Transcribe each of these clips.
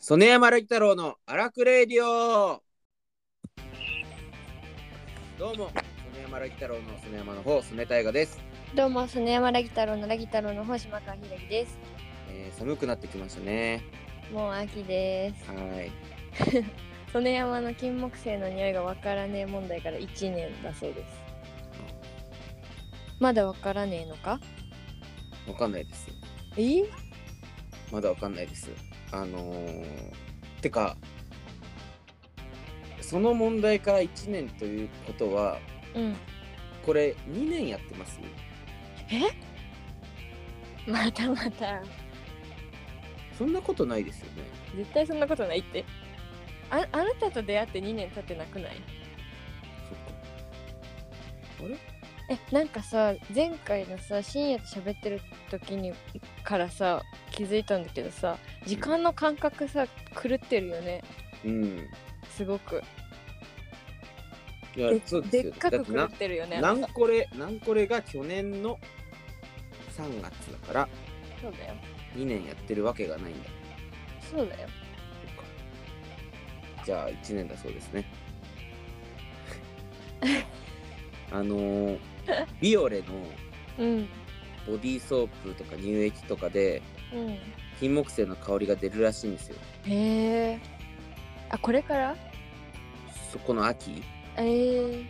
曽根山雷太郎の荒くレディオどうも、曽根山雷太郎の曽根山の方、曽根大河です、どうも、曽根山ラギ太郎のラギ太郎の方島川ひらりです。えー寒くなってきましたね。もう秋です。はい。曽根山の金木犀の匂いがわからねえ問題から1年だそうです。まだわからねえのかわかんないです。えまだわかんないです。あのー、てか、その問題から1年ということは、うん。これ2年やってますまたまた。そんなことないですよね。絶対そんなことないって。ああなたと出会って2年経ってなくないそっか。あれえなんかさ前回のさ深夜と喋ってる時にからさ気づいたんだけどさ時間の感覚さ狂ってるよねうん。すごくいやで、そうですよ。でっかだくって狂なってるよねなんこれ、なんこれが去年の3月だからそうだよ2年やってるわけがないんだ。そうだよじゃあ1年だそうです ね。あのー、ビオレのうんボディーソープとか乳液とかでうん金木犀の香りが出るらしいんですよ。へえあこれからそこの秋ええ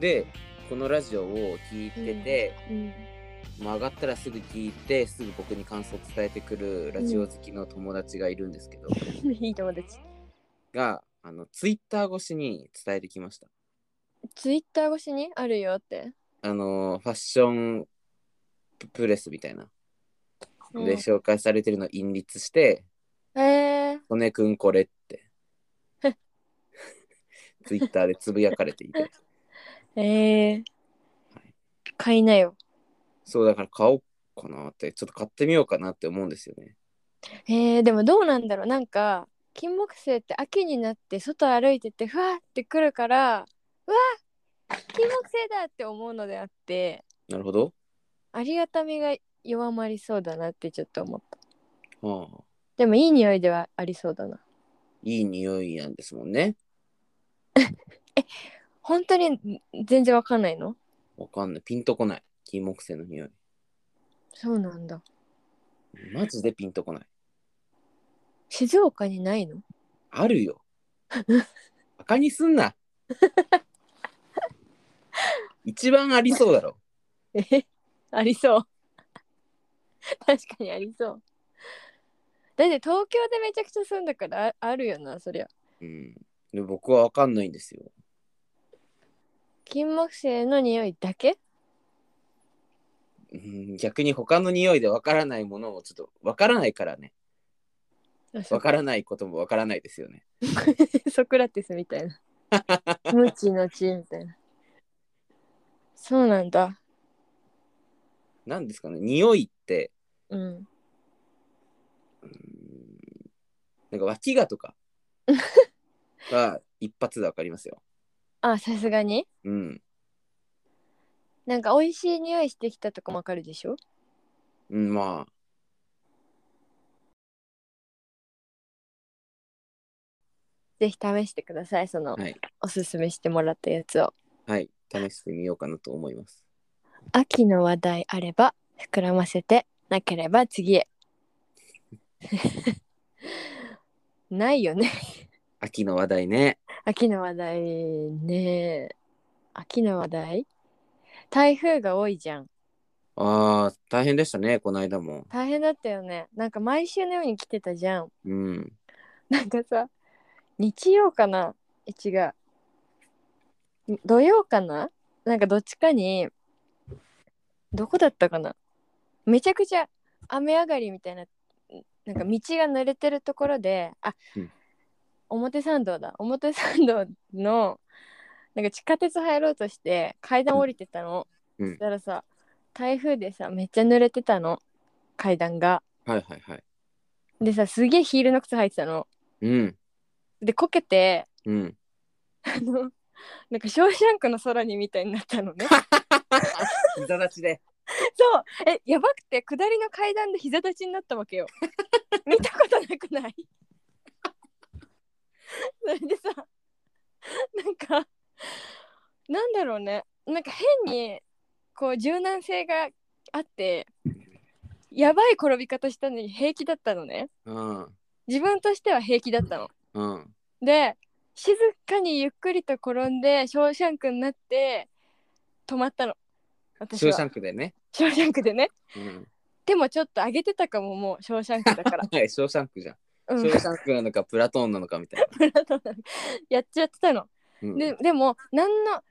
でこのラジオを聞いてて、うん まあ上がったらすぐ聞いてすぐ僕に感想を伝えてくるラジオ好きの友達がいるんですけど、いい友達があのツイッター越しに伝えてきましたツイッター越しにあるよってあのファッションプレスみたいなうんで紹介されてるの隠立してへえ「曽根くんこれ」って ツイッターでつぶやかれていてええ買いなよそうだから買おうかなってちょっと買ってみようかなって思うんですよねえー、でもどうなんだろうなんか金木犀って秋になって外歩いててふわってくるからうわ金木犀だって思うのであってなるほどありがたみが弱まりそうだなってちょっと思ったはあでもいい匂いではありそうだないい匂いなんですもんね本当に全然わかんないのわかんないピンとこない金木犀の匂いそうなんだマジでピンとこない静岡にないのあるよ。バカにすんな。一番ありそうだろ。え ありそう確かにありそうだって東京でめちゃくちゃ住んだからああるよなそりゃうん。で僕はわかんないんですよ。金木犀の匂いだけうん、逆に他の匂いでわからないものをちょっとわからないからね。わからないこともわからないですよね。 ソクラテスみたい な。無知の知みたいな。そうなんだ。なんですかね。匂いって、うん。うん、なんか脇がとかは一発でわかりますよ。あ、さすがにうん。なんか美味しい匂いしてきたとかもわかるでしょうん、まあ。ぜひ試してください。その、はいおすすめしてもらったやつを。はい。試してみようかなと思います。秋の話題あれば膨らませて、なければ次へ。 ないよね。秋の話題ね。秋の話題ね。秋の話題台風が多いじゃん。ああ、大変でしたね、この間も。大変だったよねなんか毎週のように来てたじゃんうん。 なんかさ日曜かなえ違う土曜かななんかどっちかにどこだったかなめちゃくちゃ雨上がりみたいななんか道が濡れてるところであ、うん表参道だ表参道のなんか地下鉄入ろうとして階段降りてたの、うんそしたらさ台風でさめっちゃ濡れてたの階段がはいはいはい。でさすげえヒールの靴履いてたのうん。でこけてうん。あのなんか「ショーシャンクの空に」みたいになったのね膝立ちで。そうえやばくて下りの階段で膝立ちになったわけよ見たことなくない それでさなんかなんだろうねなんか変にこう柔軟性があってやばい転び方したのに平気だったのねうん。自分としては平気だったの。うん。で静かにゆっくりと転んでショーシャンクになって止まったの私ショはーシャンクでね。ショーシャンクでねうん。でもちょっと上げてたかももうショーシャンクだから はい、ショーシャンクじゃん。うんショーシャンクなのか、プラトーンなのかみたいな。やっちゃってたのうんででも何の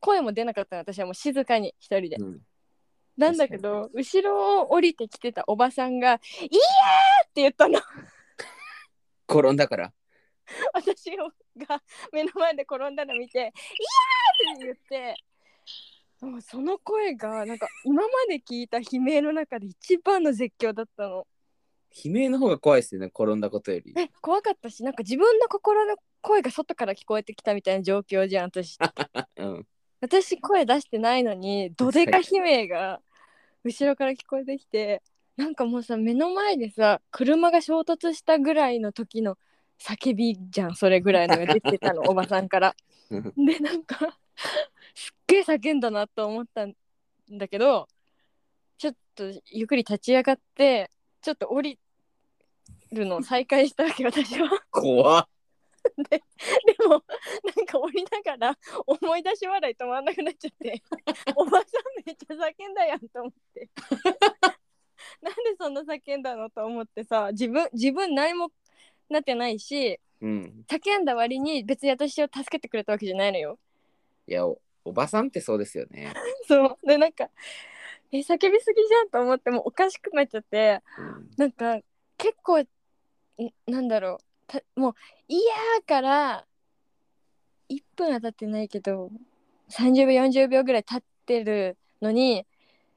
声も出なかったの私はもう静かに一人でうんなんだけど後ろを降りてきてたおばさんが「いいえ!」って言ったの転んだから。私が目の前で転んだの見て「いいえ!」って言ってもうその声がなんか今まで聞いた悲鳴の中で一番の絶叫だったの悲鳴の方が怖いですよね、転んだことより。え怖かったしなんか自分の心の声が外から聞こえてきたみたいな状況じゃん私うん。私声出してないのにどでか悲鳴が後ろから聞こえてきてなんかもうさ目の前でさ車が衝突したぐらいの時の叫びじゃんそれぐらいのが出てたのおばさんから。うんでなんかすっげえ叫んだなと思ったんだけどちょっとゆっくり立ち上がってちょっと降りるのを再開したわけ私は。怖っでもなんか降りながら思い出し笑い止まんなくなっちゃっておばさんめっちゃ叫んだやんと思って なんでそんな叫んだのと思ってさ自分自分何もなってないしうん。叫んだ割に別に私を助けてくれたわけじゃないのよいやお、おばさんってそうですよね。そうでなんかえ叫びすぎじゃんと思ってもうおかしくなっちゃってうんなんか結構んなんだろうたもう「いやー」から1分は経ってないけど30秒40秒ぐらい経ってるのに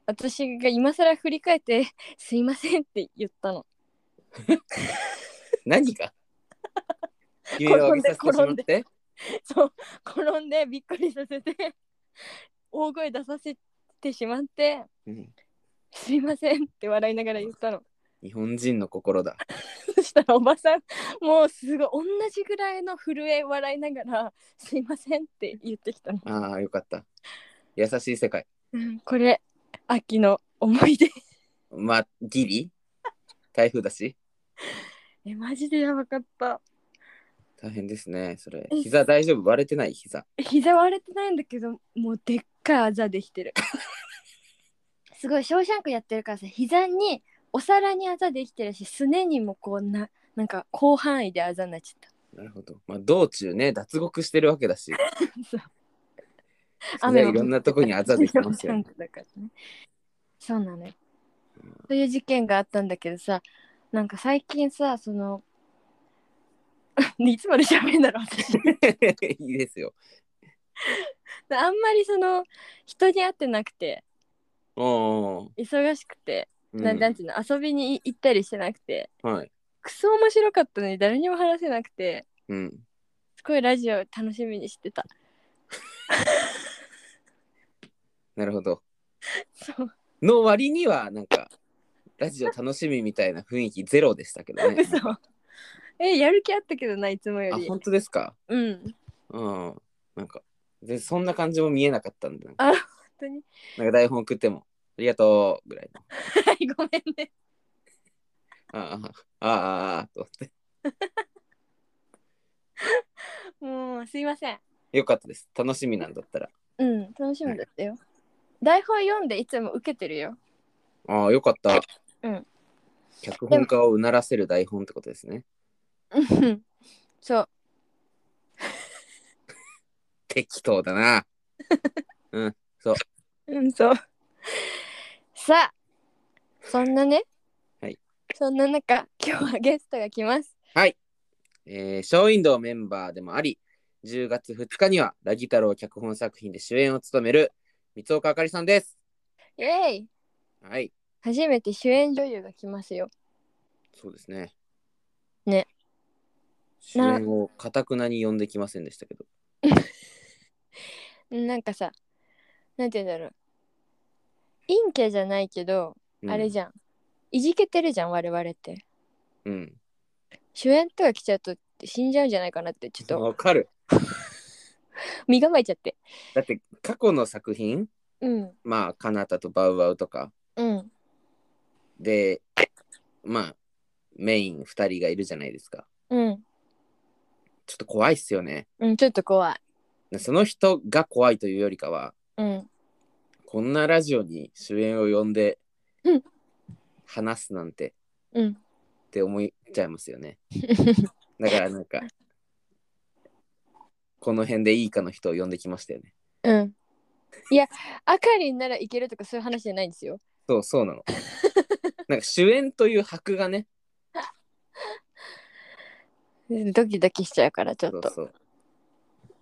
私が今更振り返って 「すいません」って言ったの。何が悲鳴を上げさせてしまって。そう転んでびっくりさせて大声出させてしまってうん「すいません」って笑いながら言ったの。日本人の心だ。そしたらおばさんもうすごい同じぐらいの震え笑いながら「すいません」って言ってきたの。ああ、よかった。優しい世界。うんこれ秋の思い出 まあ、ギリ台風だし。えマジでやばかった大変ですね、それ。膝大丈夫割れてない膝。膝割れてないんだけどもうでっかいあざできてる すごい「ショーシャンク」やってるからさ膝にお皿にあざできてるしすねにもこうななんか広範囲であざになっちゃっなるほど。まあ、道中ね、脱獄してるわけだし。た そう膝いろんなとこにあざできますよショーシャンね。クだからね そうなのよそういう事件があったんだけどさなんか最近さその いつまで喋るんだろう私 いいですよ。あんまりその人に会ってなくておー忙しくて、うんななんていうの遊びに行ったりしてなくてはい。クソ面白かったのに誰にも話せなくてうん。すごいラジオ楽しみにしてた なるほど。そうの割には、なんか、ラジオ楽しみみたいな雰囲気ゼロでしたけどね。 嘘えやる気あったけどないつもよあ、り本当ですかうん本うん。なんか、でそんな感じも見えなかったんで、なんか当になんか台本送っても、ありがとうぐらいの。はいごめんねあーあー、あーあー、と思って。もうすいませんよかったです。楽しみなんだったら。うん楽しみだったよ、台本読んでいつも受けてるよああ、よかった。うん。脚本家をうならせる台本ってことですね。うんそう適当だな。うんそうさあそんなねはいそんな中今日はゲストが来ますえー、ショーウィンドウメンバーでもあり、10月2日にはラギ太郎脚本作品で主演を務める三岡あかりさんです。イエイはい、初めて主演女優が来ますよ。そうですね。ね。主演をかたくなに呼んできませんでしたけど。なんかさ、なんて言うんだろう。陰キャじゃないけど、うんあれじゃん。いじけてるじゃん、我々って。うん。主演とか来ちゃうとって死んじゃうんじゃないかなってちょっとわかる。身構えちゃってだって過去の作品、うんまあ、カナタとバウアウとかうんで、まあ、メイン2人がいるじゃないですか。うんちょっと怖いっすよね。うんちょっと怖いその人が怖いというよりかは、うんこんなラジオに主演を呼んでうん話すなんてうんって思っちゃいますよ ね。だからなんか、この辺でいいかの人を呼んできましたよね。うんいやあかりんならいけるとかそういう話じゃないんですよそうそう なの。なんか主演という箔がね、ドキドキしちゃうからちょっそうとそう。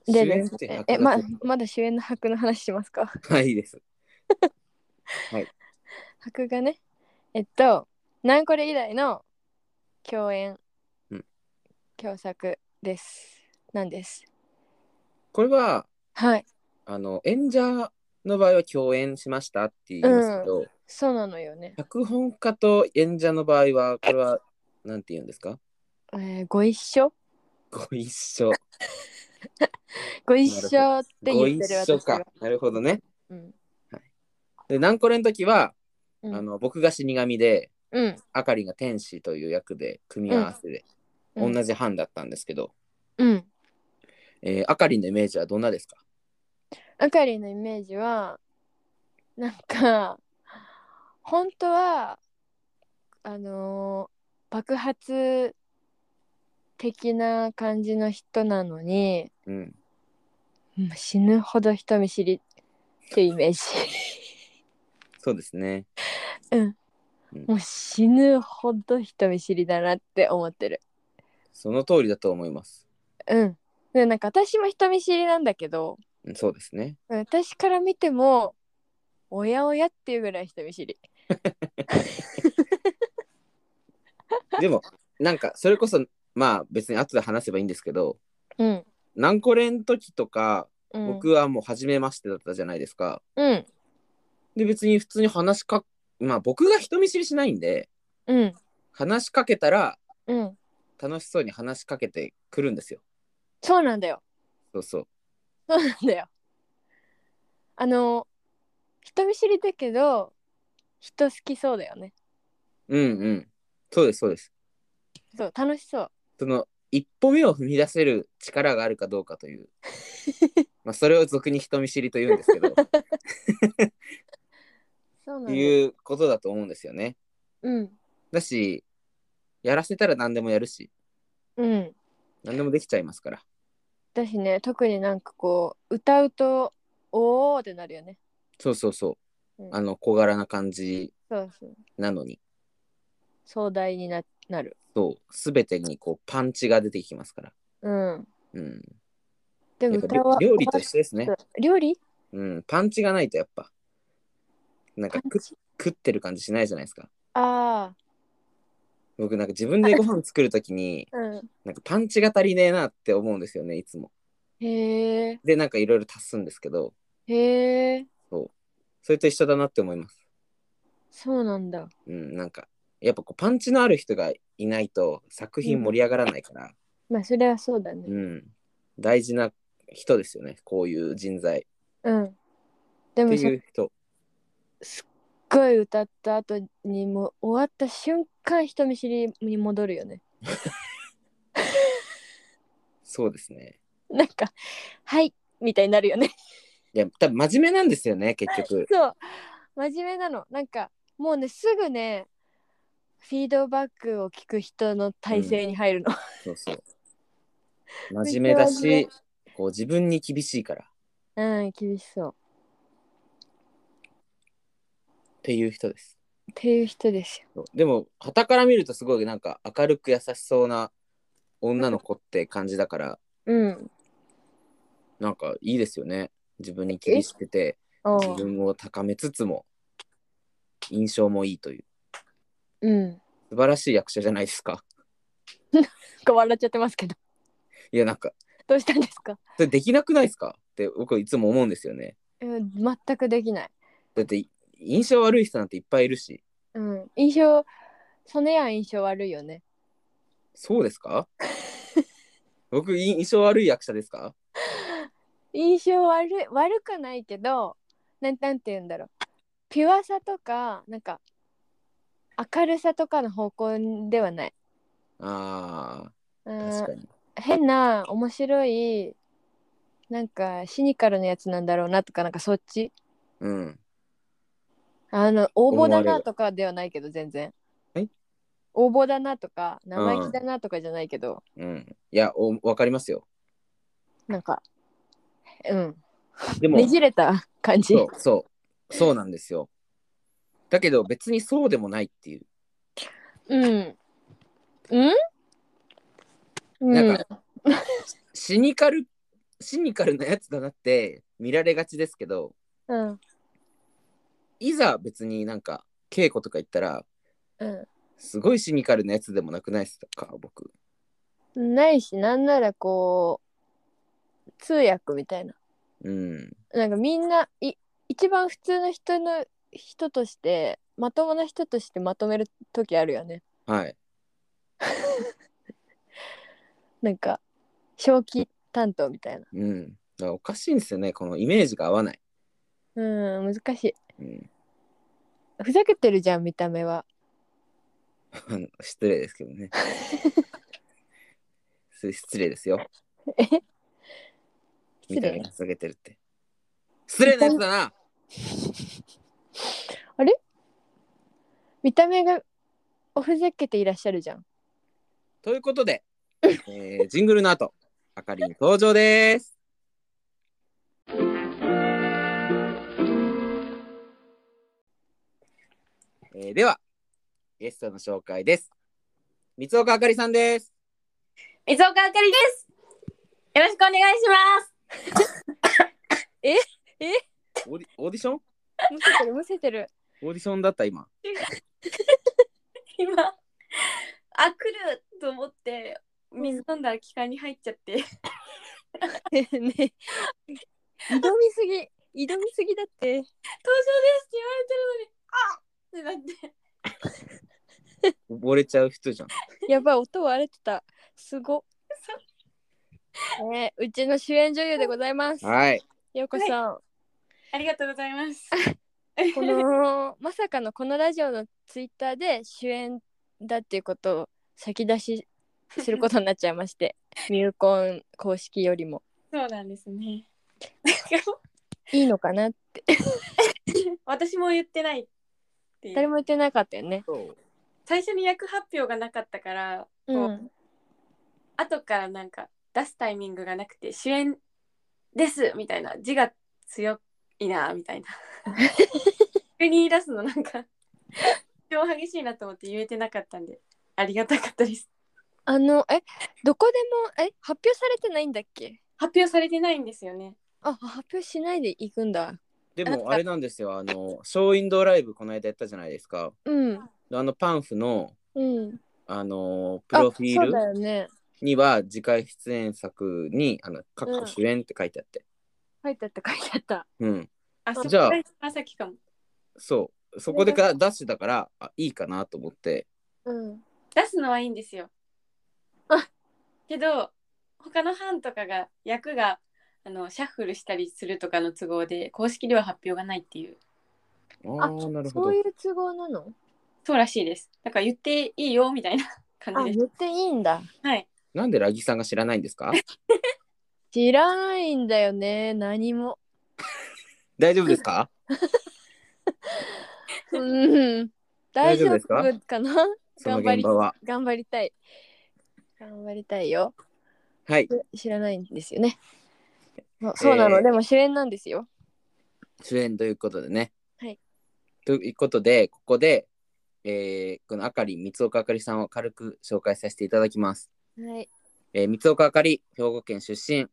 主でで演すというね箔えまがついてまだ主演の白の話しますかるはい、いいです。白がねえっとナンコレ以来の共演、うん共作ですなんですこれは、はいあの、演者の場合は共演しましたって言いますけど、そうなのよね、脚本家と演者の場合は、これは、なんて言うんですかえーご一緒ご一緒。ご一緒ってご言一ってる緒私かは。なるほどね。うんで、ナンコレの時は、うんあの僕が死神で、うんあかりが天使という役で、組み合わせで、うん同じ班だったんですけど、うんえーあかりのイメージはどんなですかあかりのイメージはなんか本当はあのー爆発的な感じの人なのにうん。うん死ぬほど人見知りっていうイメージ そうですね。もう死ぬほど人見知りだなって思ってるその通りだと思います。うんでなんか私も人見知りなんだけどうんそうですね。うん私から見てもおやおやっていうぐらい人見知りでも、なんか、それこそ、まあ別に後で話せばいいんですけど、うんナンコレの時とか、うん僕はもう初めましてだったじゃないですか。うんで、別に普通に話しか、まあ僕が人見知りしないんで、うん話しかけたらうん楽しそうに話しかけてくるんですよ。そうなんだよ。 そうそう。そうなんだよ。あの、人見知りだけど、人好きそうだよね。うんうん。そうです、そうです。そう、楽しそう。その一歩目を踏み出せる力があるかどうかと いうまあそれを俗に人見知りと言うんです けどっそうなんてだよ。いうことだと思うんですよねうん。だしやらせたら何でもやるしうん。何でもできちゃいますからだしね、特になんかこう、歌うと、おーってなるよね。そうそうそう、うんあの小柄な感じそうそう。なのに壮大にななる。そう全てにこうパンチが出てきますからうん。うんでもやっ歌ぱはり料理と一緒ですね料理うんパンチがないとやっぱなんかパンくチ食ってる感じしないじゃないですかあ僕なんか自分でご飯作るとき にあ。うん。なんかパンチが足りねえなって思うんですよねいつもへえ。でなんかいろいろ足すんですけどへえ。それと一緒だなって思いますそうなんだ。うんなんかやっぱこうパンチのある人がいないと作品盛り上がらないからまあ、それはそうだうね。ん、大事な人ですよねこういう人材っうん。でてもさいう人すっごい歌った後にもう終わった瞬間人見知りに戻るよねそうですねなんか「はい」みたいになるよねいや多分真面目なんですよね結局そう真面目なのなんかもうねすぐねフィードバックを聞く人の体制に入るの、そうそう真面目だめっしちこう自分に厳しいからうん、厳しそうっていう人ですっていう人ですよそうでも傍から見るとすごいなんか明るく優しそうな女の子って感じだからうんなんかいいですよね自分に厳しくてお自分を高めつつも印象もいいといううん素晴らしい役者じゃないですか こう笑っちゃってますけどいやなんかどうしたんですか、それできなくないですかって僕いつも思うんですよねうん、全くできない、だって印象悪い人なんていっぱいいるしうん、印象そのやん印象悪いよね そうですか僕、い印象悪い役者ですか印象悪い悪くないけどなんなんて言うんだろうピュアさとかなんか明るさとかの方向ではないあうあ、ん確かに。変な面白いなんかシニカルなやつなんだろうなとかなんかそっちうん。あの横暴だ思われなるとかではないけど全然え横暴だなとか生意気だなとかじゃないけど、うん。いや、おわかりますよ。なんかうんでも、ねじれた感じそう、そう、そうなんですよ。だけど、別にそうでもないっていう。うんうんうんなんか、シニカル、シニカルなやつだなって見られがちですけど、うんいざ別になんか、稽古とか行ったら、うんすごいシニカルなやつでもなくないですか、僕。ないしなんならこう通訳みたいなうん。なんかみんない一番普通の人の人としてまともな人としてまとめる時あるよねはい。なんか正気担当みたいなうん。だからおかしいんですよね、このイメージが合わない。うん難しいうん。ふざけてるじゃん見た目は失礼ですけど ね。す失礼ですよ。えみ失たい礼な下げてるって。失礼なやつだな見た目がおふざけていらっしゃるじゃんということで、えージングルの後、あかりん登場です。えーでは、ゲストの紹介です。三岡あかりさんです。水岡あかりです。よろしくお願いします。オーディオーディションオむせてるむせてる ーディションだった今。今、あ、来ると思って、水飲んだら気管に入っちゃって。ねえ挑みすぎ挑みすぎだって登場ですって言われてるのに、あっってなって。溺れちゃう人じゃん。やばい音割れてたすごねえうちの主演女優でございますはい。ようこさんありがとうございます。このまさかのこのラジオのツイッターで主演だっていうことを先出しすることになっちゃいまして ミューコン公式よりもそうなんです ね。いいのかなって私も言ってないっていう誰も言ってなかったよね。最初に役発表がなかったから、こううん、後からなんか出すタイミングがなくて主演ですみたいな字が強いなみ たいな急に言い出すのなんか 超激しいなと思って言えてなかったんでありがたかったですあのえどこでもえ発表されてないんだっけ発表されてないんですよねあ発表しないで行くんだ。でもあれなんですよ、あの、ショーインドーライブこの間やったじゃないですか。うんあのパンフの、うん。あの、プロフィーあそうルだよね。には次回出演作にあの「かっうこん主演」って書いてあって、書いてあった書いてあった。うんあそこじゃあが一番先かもそうそこでかダッシュだからあいいかなと思ってうん。出すのはいいんですよあけど他の班とかが役があのシャッフルしたりするとかの都合で公式では発表がないっていうあああなるほそどういう都合なのそうらしいですだから言っていいよみたいなあ感じです言っていいんだ。はいなんでラギさんが知らないんですか知らないんだよね何も。大丈夫ですかうん。大大丈丈夫です夫かかなその現場は 頑張りたい。頑張りたいよ。はい知らないんですよね。そうそうなの、えーでも主演なんですよ。主演ということでねはいということでここでえーこのあかり三岡あかりさんを軽く紹介させていただきます、はい。えー、三岡あかり兵庫県出身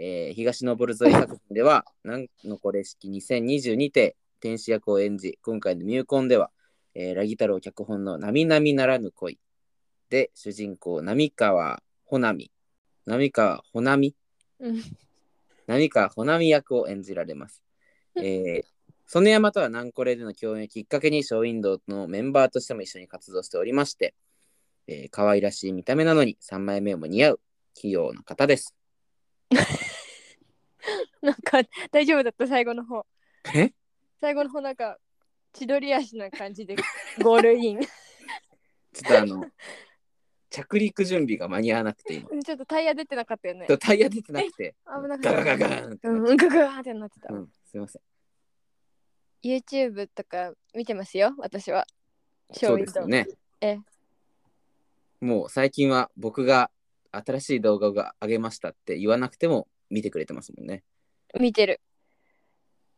えー、東のぼる沿い作品では「なんのこれ式2022」て天使役を演じ今回の「ミューコン」では、えーラギ太郎脚本の「なみなみならぬ恋」で主人公浪川穂波浪川穂波うん浪川穂波役を演じられ ます、えー、曽根山とは「なんこれ」での共演をきっかけにショーウィンドウのメンバーとしても一緒に活動しておりまして、えー可愛らしい見た目なのに3枚目も似合う器用な方です。なんか大丈夫だった最後の方え最後の方なんか千鳥足な感じで ゴールイン ちちょっとあの、 着陸準備が間に合わなくて 今、ょっとタイヤ出てなかったよねそうタイヤ出てなくて、危なかガったガガガーンってうなってんうんガガーってなってた、うん、すいません。 YouTube とか見てますよ私はそうですよね。えもう最近は僕が新しい動画が上げましたって言わなくても見てくれてますもん ね。見てる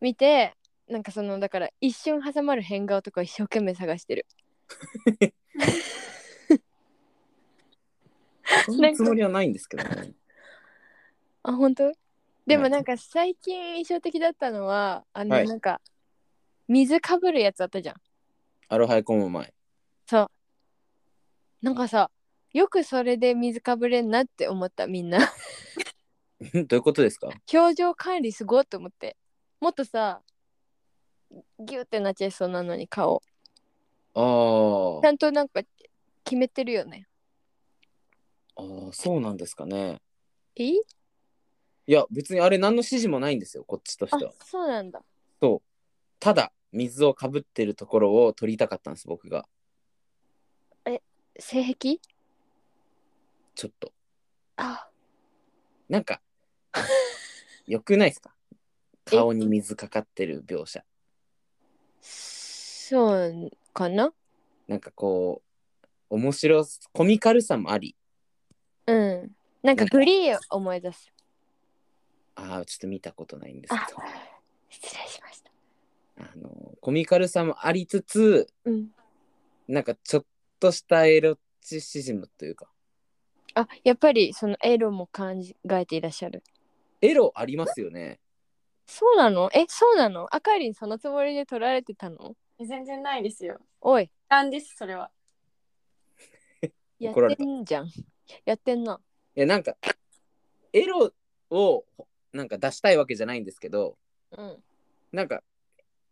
見てなんかそのだから一瞬挟まる変顔とか一生懸命探してるそんなつもりはないんですけど ね。あ本当ではもいなんか最近印象的だったのはあのはいなんか、水かぶるやつあったじゃんアロハイコム前。そうなんかさよくそれで水かぶれんなって思ったみんな ん どういうことですか表情管理すごいと思ってもっとさギュってなっちゃいそうなのに顔あーちゃんとなんか決めてるよねあー、そうなんですかね。いいいや、別にあれ何の指示もないんですよ、こっちとしあては。そうなんだそう。ただ、水をかぶってるところを撮りたかったんです、僕が。性癖ちょっと。あなんか、よくないですか顔に水かかってる描写。そうかななんかこう、面白す、コミカルさもあり。うんなんかグリーを思い出すああ、ちょっと見たことないんですあけど。失礼しましたあの、コミカルさもありつつ、うんなんかちょっとしたエロチシズムというか、あやっぱりそのエロも考えていらっしゃるエロありますよね。そうなのえそうなのあかりんそのつもりで取られてたの全然ないですよ。おいなんです、それは。やっ怒られてたんじゃんやってんないや、なんか、エロをなんか出したいわけじゃないんですけど、うん なんか、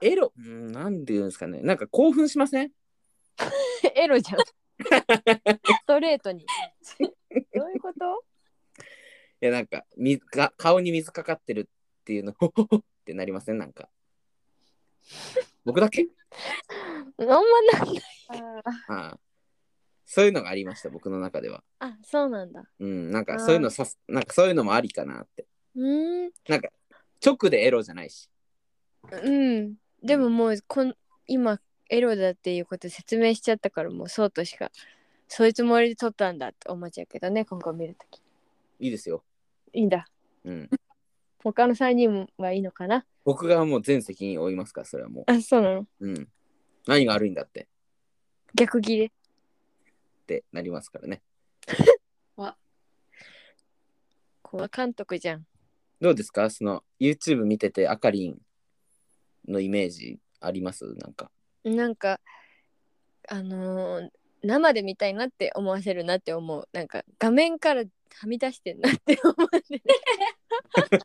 エロ、うんなんて言うんですかね、なんか興奮しませんエロ じゃんストレートにどういうこといや、なんか、みが顔に水かかってるっていうの、ほほほってなりませんなんか。僕だけあんまないああそういうのがありました、僕の中では。あそうなんだうん、なんかそういうのさす、なんかそういうのもありかなって。うーんなんか、直でエロじゃないし。うんでももうこん今エロだっていうこと説明しちゃったからもうそうとしかそういうつもりで撮ったんだって思っちゃうけどね今後見るときいいですよ。いいんだうん。他の3人はいいのかな僕がもう全責任を負いますから、それはもあそうなのう。うん。何が悪いんだってっ逆切れてなりますからね。こう監督じゃんどうですかその YouTube 見てて、あかりんのイメージありますなんか。なんかあのー生で見たいなって思わせるなって思うなんか画面からはみ出してんなって思って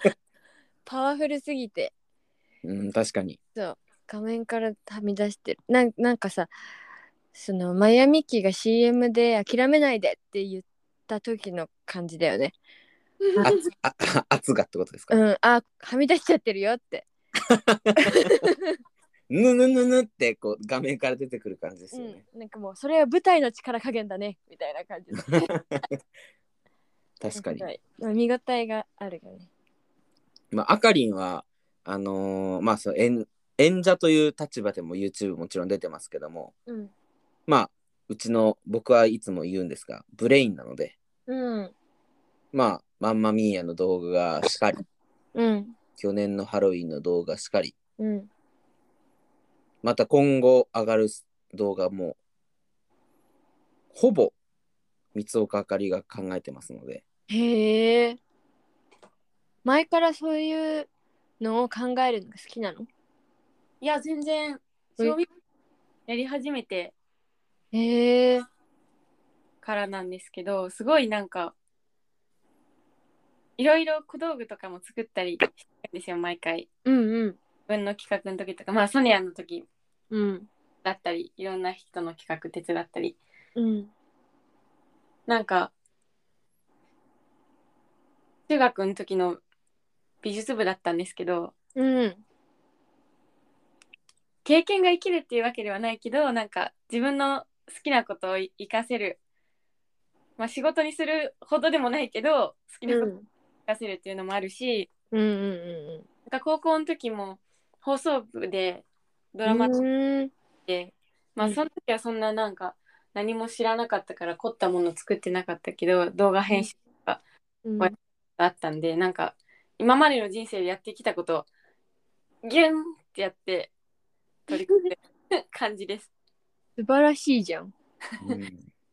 るパワフルすぎてうん、確かに。画面からはみ出してるなんなんかさそのマイアミキが CM で「諦めないで」って言った時の感じだよねあ つああ圧がってことですか、うんあはみ出しちゃってるよって、ぬぬぬぬってこう画面から出てくる感じですうよね。ん、なんかもうそれは舞台の力加減だねみたいな感 じの確かに。うん見応えがあるよねまあ、あかりんは、あのーまあそう演、演者という立場でも YouTube もちろん出てますけども、うん、まあ、うちの僕はいつも言うんですが、ブレインなので、うんまあ、マンマミーヤの動画がしかり、うん去年のハロウィンの動画しかり、うんまた今後上がる動画も、ほぼ、三岡あかりが考えてますので、へえ前からそういうのを考えるのが好きなのいや、全然、えそういうやり始めてへえからなんですけど、すごいなんか、いろいろ小道具とかも作ったりしてるんですよ、毎回。うんうん自分の企画の時とか、まあ、ソニアの時うんだったり、いろんな人の企画手伝ったり、うんなんか、中学の時の美術部だったんですけどうん。経験が生きるっていうわけではないけどなんか自分の好きなことを生かせるまあ仕事にするほどでもないけど好きなことを生かせるっていうのもあるし、うんうんなんか高校の時も放送部でドドラマ作っうんて、まあうんその時はそんななんか何も知らなかったから凝ったもの作ってなかったけど動画編集うんこうやがあったんでなんか今までの人生でやってきたことをギュンってやって取り組んでる感じです素晴らしいじゃん。うん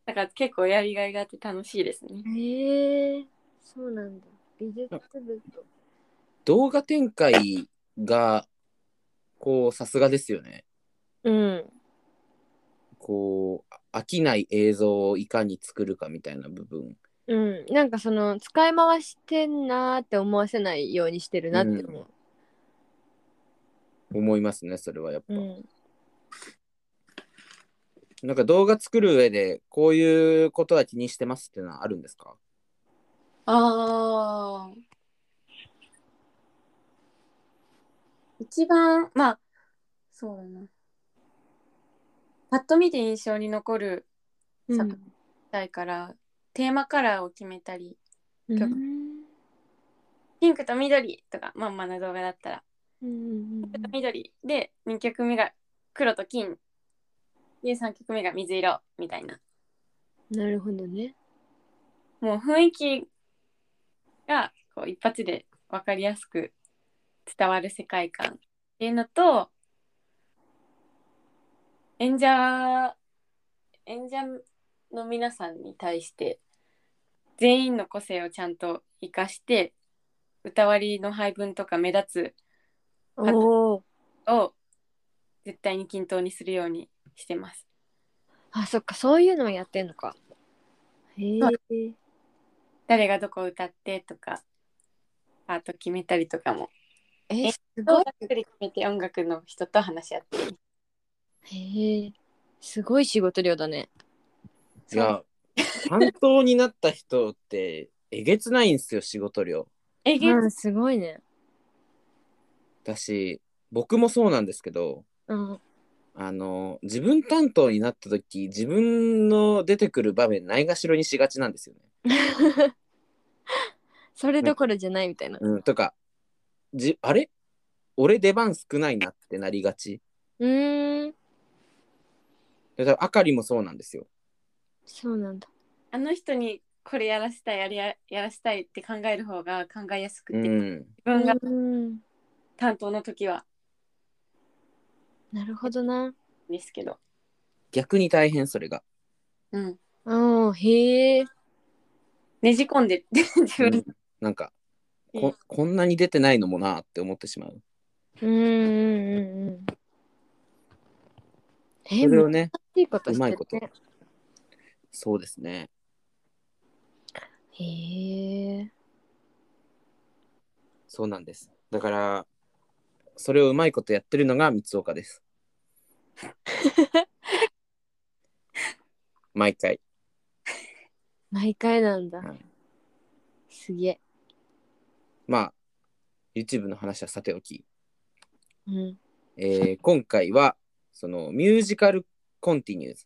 だから結構やりがいがあって楽しいですねへえ。そうなんだ。美術部と。動画展開がこうさすがですよね。うん。こうあ飽きない映像をいかに作るかみたいな部分。うん、なんかその使い回してんなーって思わせないようにしてるなって思う。思いますねそれはやっぱ、うん。なんか動画作る上でこういうことは気にしてますっていうのはあるんですかああ一番まあそうだなパッと見て印象に残るう作題から、テーマカラーを決めたりん曲ピンクと緑とかまんまの動画だったらうんピンクと緑で2曲目が黒と金で3曲目が水色みたいななるほどね。もう雰囲気がこう一発で分かりやすく伝わる世界観っていうのと演者演者の皆さんに対して全員の個性をちゃんと生かして歌割りの配分とか目立つおお。を絶対に均等にするようにしてます。あ、そっか、そういうのをやってんのか。へえ。誰がどこを歌ってとかパート決めたりとかもえ、すどごうい。作り決めて音楽の人と話し合ってるへえ。すごい仕事量だね。いや担当になった人ってえげつないんですよ仕事量えげうつん、すごいね。だし僕もそうなんですけどうん。あの自分担当になった時自分の出てくる場面ないがしろにしがちなんですよね。それどころじゃないみたいな。うん、とかじあれ俺出番少ないなってなりがちうーん。でだからあかりもそうなんですよ。そうなんだ。あの人にこれやらせたいあれややらせたいって考える方が考えやすくうて、ん、自分がうん。担当の時はなるほどな。ですけど、逆に大変それが。うん、うん、へえ。ねじ込んで 自う分ん、なんかここんなに出てないのもなって思ってしまう。うんうんうんうん。え、それを難ねしいことうしまていることね。。そうですね。へえ。そうなんです。だからそれをうまいことやってるのが三岡です。毎回。毎回なんだ。はいすげえ。まあ YouTube の話はさておき、うん。えー今回はそのミュージカルコンティニューズ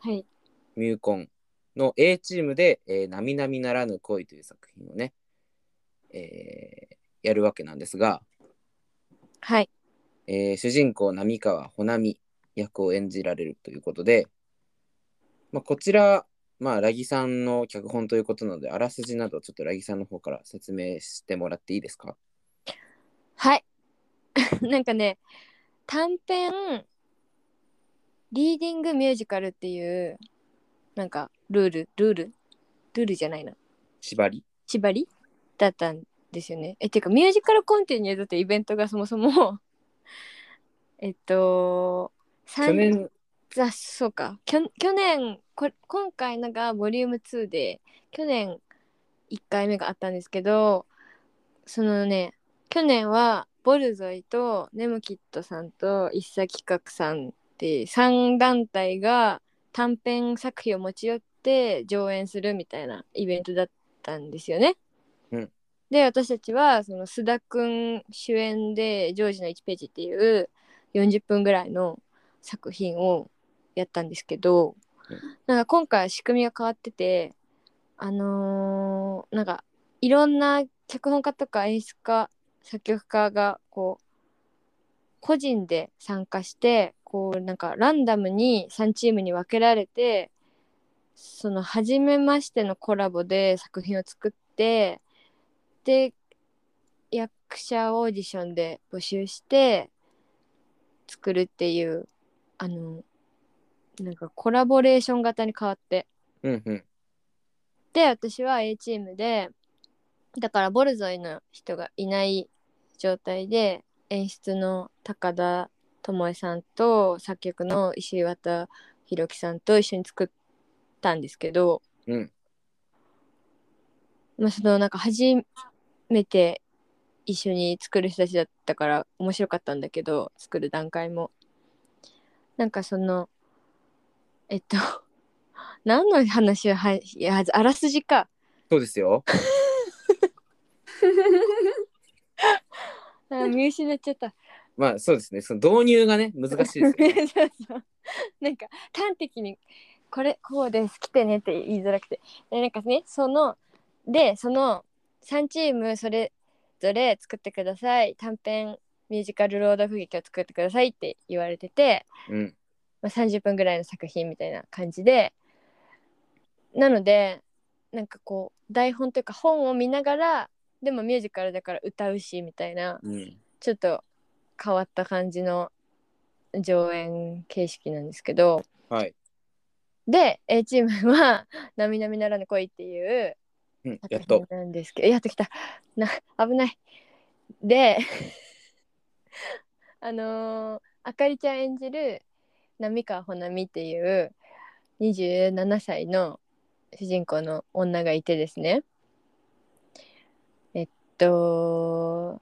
はい。ミューコンの A チームで「えー、並々ならぬ恋」という作品をね、えーやるわけなんですが、はい。えー主人公浪川穂波役を演じられるということで、まあ、こちら、まあ、ラギさんの脚本ということなのであらすじなどちょっとラギさんの方から説明してもらっていいですかはい。 なんかね、短編、リーディングミュージカルっていう、なんか、ルール、ルールルールじゃないな。縛り縛りだったんですよね。えっていうかミュージカルコンティニューズってイベントがそもそも えっと去三年あそうかきょ去年こ今回のがボリューム2で去年1回目があったんですけどそのね去年はボルゾイとネムキットさんと一茶企画さんって3団体が短編作品を持ち寄って上演するみたいなイベントだったんですよね。うんで私たちはその須田くん主演で「ジョージの1ページ」っていう40分ぐらいの作品をやったんですけど、うんなんか今回仕組みが変わっててあのーなんかいろんな脚本家とか演出家作曲家がこう個人で参加してこうなんかランダムに3チームに分けられてその初めましてのコラボで作品を作ってで役者オーディションで募集して作るっていうあのなんかコラボレーション型に変わってうんうん。で私は A チームでだからボルゾイの人がいない状態で演出の高田智恵さんと作曲の石渡弘樹さんと一緒に作ったんですけど、うんまあ、そのなんか初めて一緒に作る人たちだったから面白かったんだけど作る段階もなんかそのえっと何の話をはいいやあらすじかそうですよ。あ見失っちゃった まあそうですね。その導入がね、難しいですよね。そうそうなんか端的に「これこうです来てね」って言いづらくてでなんかねそのでその3チームそれぞれ作ってください短編ミュージカルロード不劇を作ってくださいって言われててうん。まあ、30分ぐらいの作品みたいな感じでなのでなんかこう台本というか本を見ながらでもミュージカルだから歌うしみたいなうん。ちょっと変わった感じの上演形式なんですけどはい。で A チームは 「なみなみならぬ恋」っていううん、や作っと品。なんですけどやっときたな危ないで あのーあかりちゃん演じる波川ほなみっていう27歳の主人公の女がいてですねえっと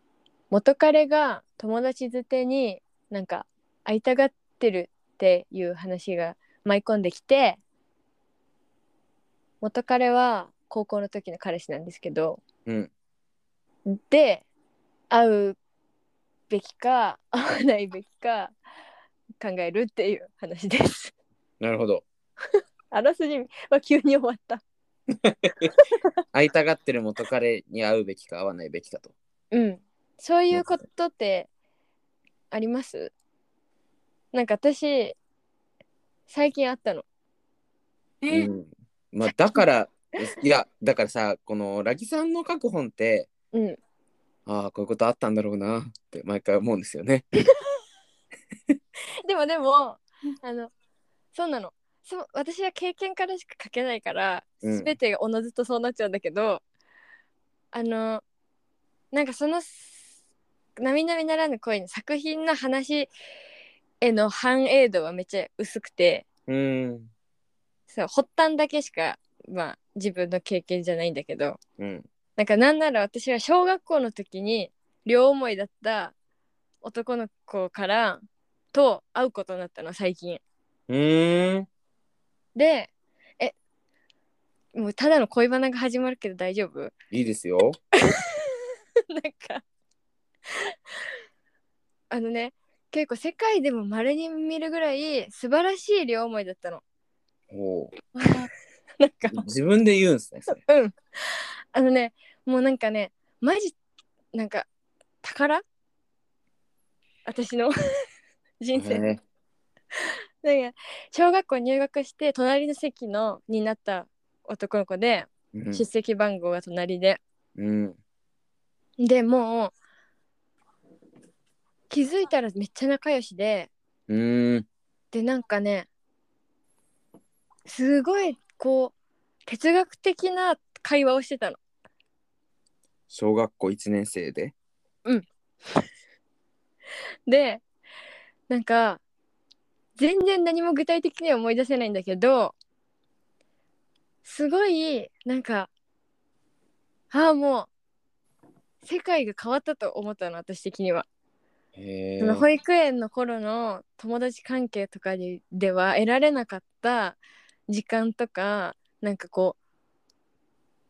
元彼が友達づてになんか会いたがってるっていう話が舞い込んできて元彼は高校の時の彼氏なんですけどうん。で会うべきか会わないべきか考えるっていう話です。 なるほど。あらすじは急に終わった。会いたがってる元彼に会うべきか会わないべきかと。うん。そういうことってありますなんか私最近あったの。えうん。まあだから、いや、だからさ、このラギさんの書く本って、うん。ああ、こういうことあったんだろうなって毎回思うんですよね。でもでもあのそうなの。そう私は経験からしか書けないから、うん全てがおのずとそうなっちゃうんだけどあのなんかその「なみなみならぬ恋」の作品の話への反映度はめっちゃ薄くてうん。そう発端だけしか、まあ、自分の経験じゃないんだけどうん。なんかなんなら私は小学校の時に両思いだった男の子からと会うことになったの最近。うーん。でえもうただの恋バナが始まるけど大丈 夫いいですよ。なんかあのね結構世界でも稀に見るぐらい素晴らしい両思いだったのおう なんか自分で言うんですね。それうんあのねもうなんかねマジなんか宝私の 人生のねなんか小学校入学して隣の席のになった男の子で、うん出席番号が隣でうん。でもう気づいたらめっちゃ仲良しでうん。でなんかねすごいこう哲学的な会話をしてたの。小学校1年生で。でなんか全然何も具体的には思い出せないんだけどすごいなんかああもう世界が変わったと思ったの私的には。へえそ。の保育園の頃の友達関係とかにでは得られなかった時間とかなんかこう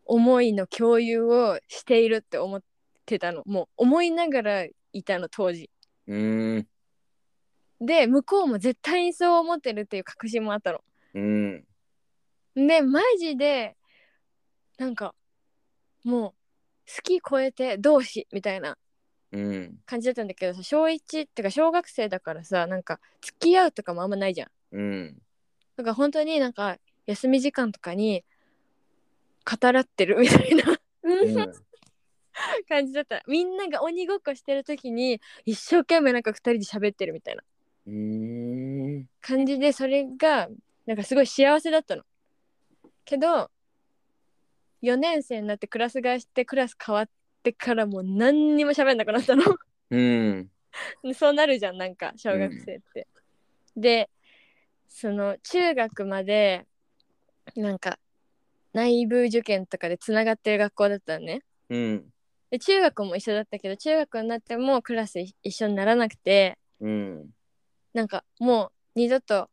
思いの共有をしているって思ってたのもう思いながらいたの当時うーん。で向こうも絶対にそう思ってるっていう確信もあったのうん。でマジでなんかもう好き超えて同志みたいなうん。感じだったんだけどさ小1ってか小学生だからさなんか付き合うとかもあんまないじゃんうん。だから本当になんか休み時間とかに語らってるみたいなう ん感じだったみんなが鬼ごっこしてる時に一生懸命なんか2人で喋ってるみたいなうん。う感じでそれがなんかすごい幸せだったのけど4年生になってクラス替えしてクラス変わってからもう何にも喋んなくなったのーん。そうなるじゃんなんか小学生って、でその中学までなんか内部受験とかでつながってる学校だったのねうん。で中学も一緒だったけど中学になってもクラス一緒にならなくて、うん。なんかもう二度と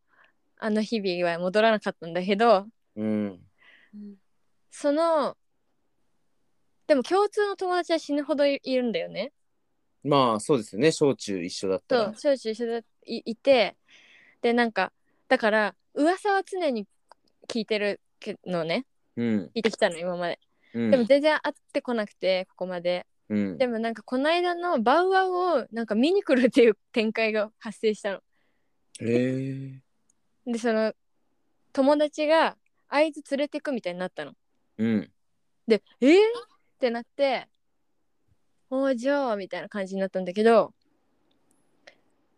あの日々は戻らなかったんだけどうん。そのでも共通の友達は死ぬほどいいるんだよね。まあ、そうですよね。小中一緒だったそうら。小中一緒だいいてでなんかだから噂は常に聞いてるけのねうん。聞いてきたの今までうん。でも全然会ってこなくてここまでうん。でもなんかこの間のバウアウをなんか見に来るっていう展開が発生したの。へえ。でその友達が会津連れてくみたいになったの。うん。で「えーってなって「おーじゃあ」みたいな感じになったんだけど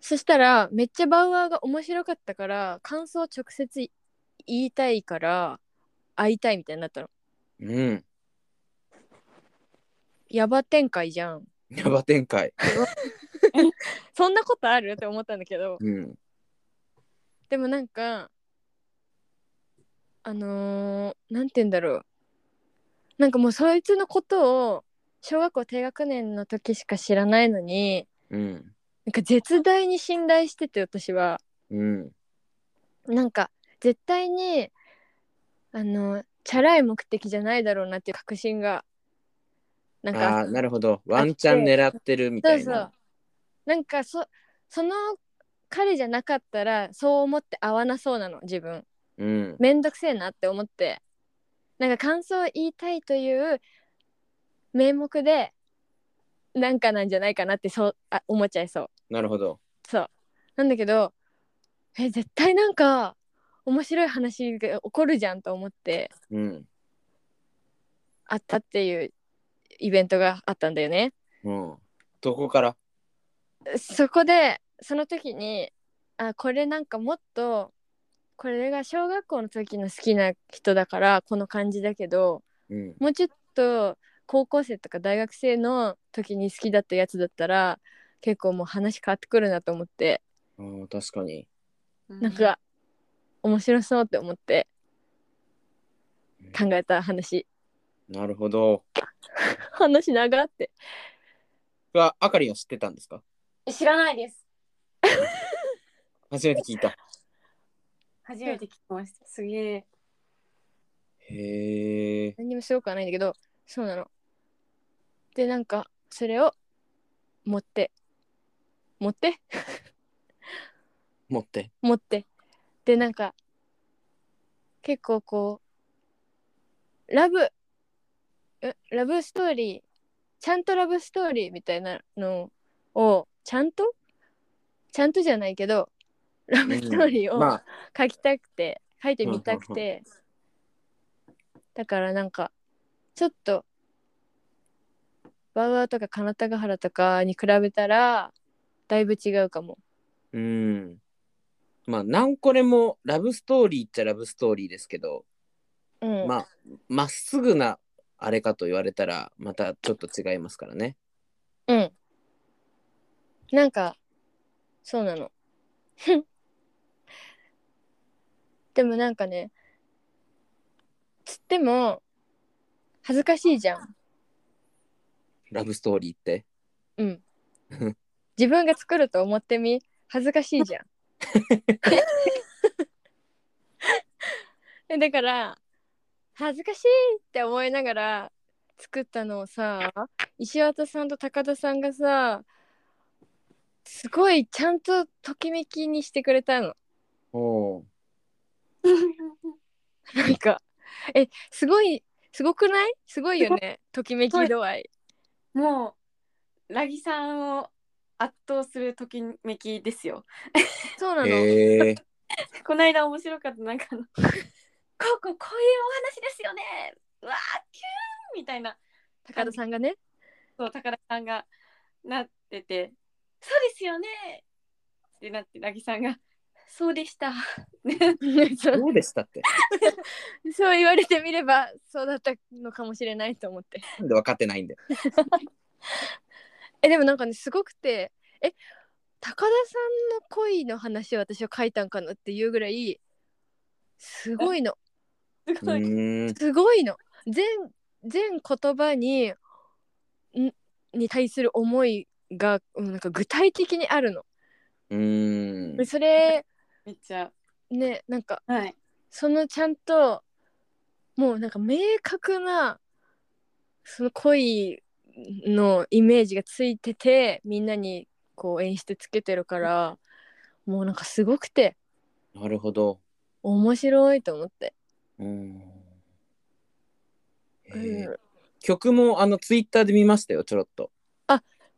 そしたらめっちゃバウアーが面白かったから感想を直接い言いたいから会いたいみたいになったの。うん。ヤバ展開じゃん。やば展開。そんなことあるって思ったんだけどうん。でもなんかあのー、なんて言うんだろうなんかもうそいつのことを小学校低学年の時しか知らないのにうん。なんか絶大に信頼してて私はうん。なんか絶対にあのチャラい目的じゃないだろうなっていう確信がなんああかー、なるほど。ワンチャン狙ってるみたそういそうな。なんかそその彼じゃなかったらそう思って合わなそうなの自分うん。めんどくせえなって思ってなんか感想を言いたいという名目でなんかなんじゃないかなってそうあ思っちゃいそうなるほど。そうなんだけどえ絶対なんか面白い話が起こるじゃんと思ってうん。あったっていうイベントがあったんだよねうん。どこからそこでその時にあこれなんかもっとこれが小学校の時の好きな人だからこの感じだけどうん。もうちょっと高校生とか大学生の時に好きだったやつだったら結構もう話変わってくるなと思ってあー確かに。なんか面白そうって思って考えた話なるほど。 話長ってが、あかりんは知ってたんですか知らないです初めて聞いた。初めて聞きましたすげえへえ。何にもすごくはないんだけどそうなのでなんかそれを持って持って持って。持ってでなんか結構こうラブえラブストーリーちゃんとラブストーリーみたいなのをちゃんとちゃんとじゃないけどラブストーリーを、うんまあ、書きたくて書いてみたくて、だからなんかちょっとバウアーとか金田ヶ原とかに比べたらだいぶ違うかもうん。まあ、なんこれもラブストーリーっちゃラブストーリーですけど、うん、まあ、まっすぐなあれかと言われたら、またちょっと違いますからね。うんなんかそうなの でもなんかねつっても恥ずかしいじゃんラブストーリーって。うん自分が作ると思ってみ恥ずかしいじゃん えだから恥ずかしいって思いながら作ったのをさ石渡さんと高田さんがさすごいちゃんとときめきにしてくれたのおうなんかえすごいすごくないすごいよ ねときめき度合いもうラギさんを圧倒するときめきですよ。そうなの、へえこの間面白かったなんかあのこうこうこういうお話ですよねうわーキューンみたいな高田さんがね そう高田さんがなってて「そうですよね!」ってなってなぎさんが「そうでした」そうどうでしたってそう言われてみればそうだったのかもしれないと思ってなんで分かってないんだよえでもなんかねすごくてえ高田さんの恋の話を私は書いたんかなっていうぐらいすごいのすうごいーんすごいの全全言葉にんに対する思いがうんなんか具体的にあるのうーんそれめっちゃねなんかはいそのちゃんともうなんか明確なその恋のイメージがついててみんなにこう演出つけてるからもうなんかすごくてなるほど面白いと思って、うんへうえん、曲もあのツイッターで見ましたよちょろっと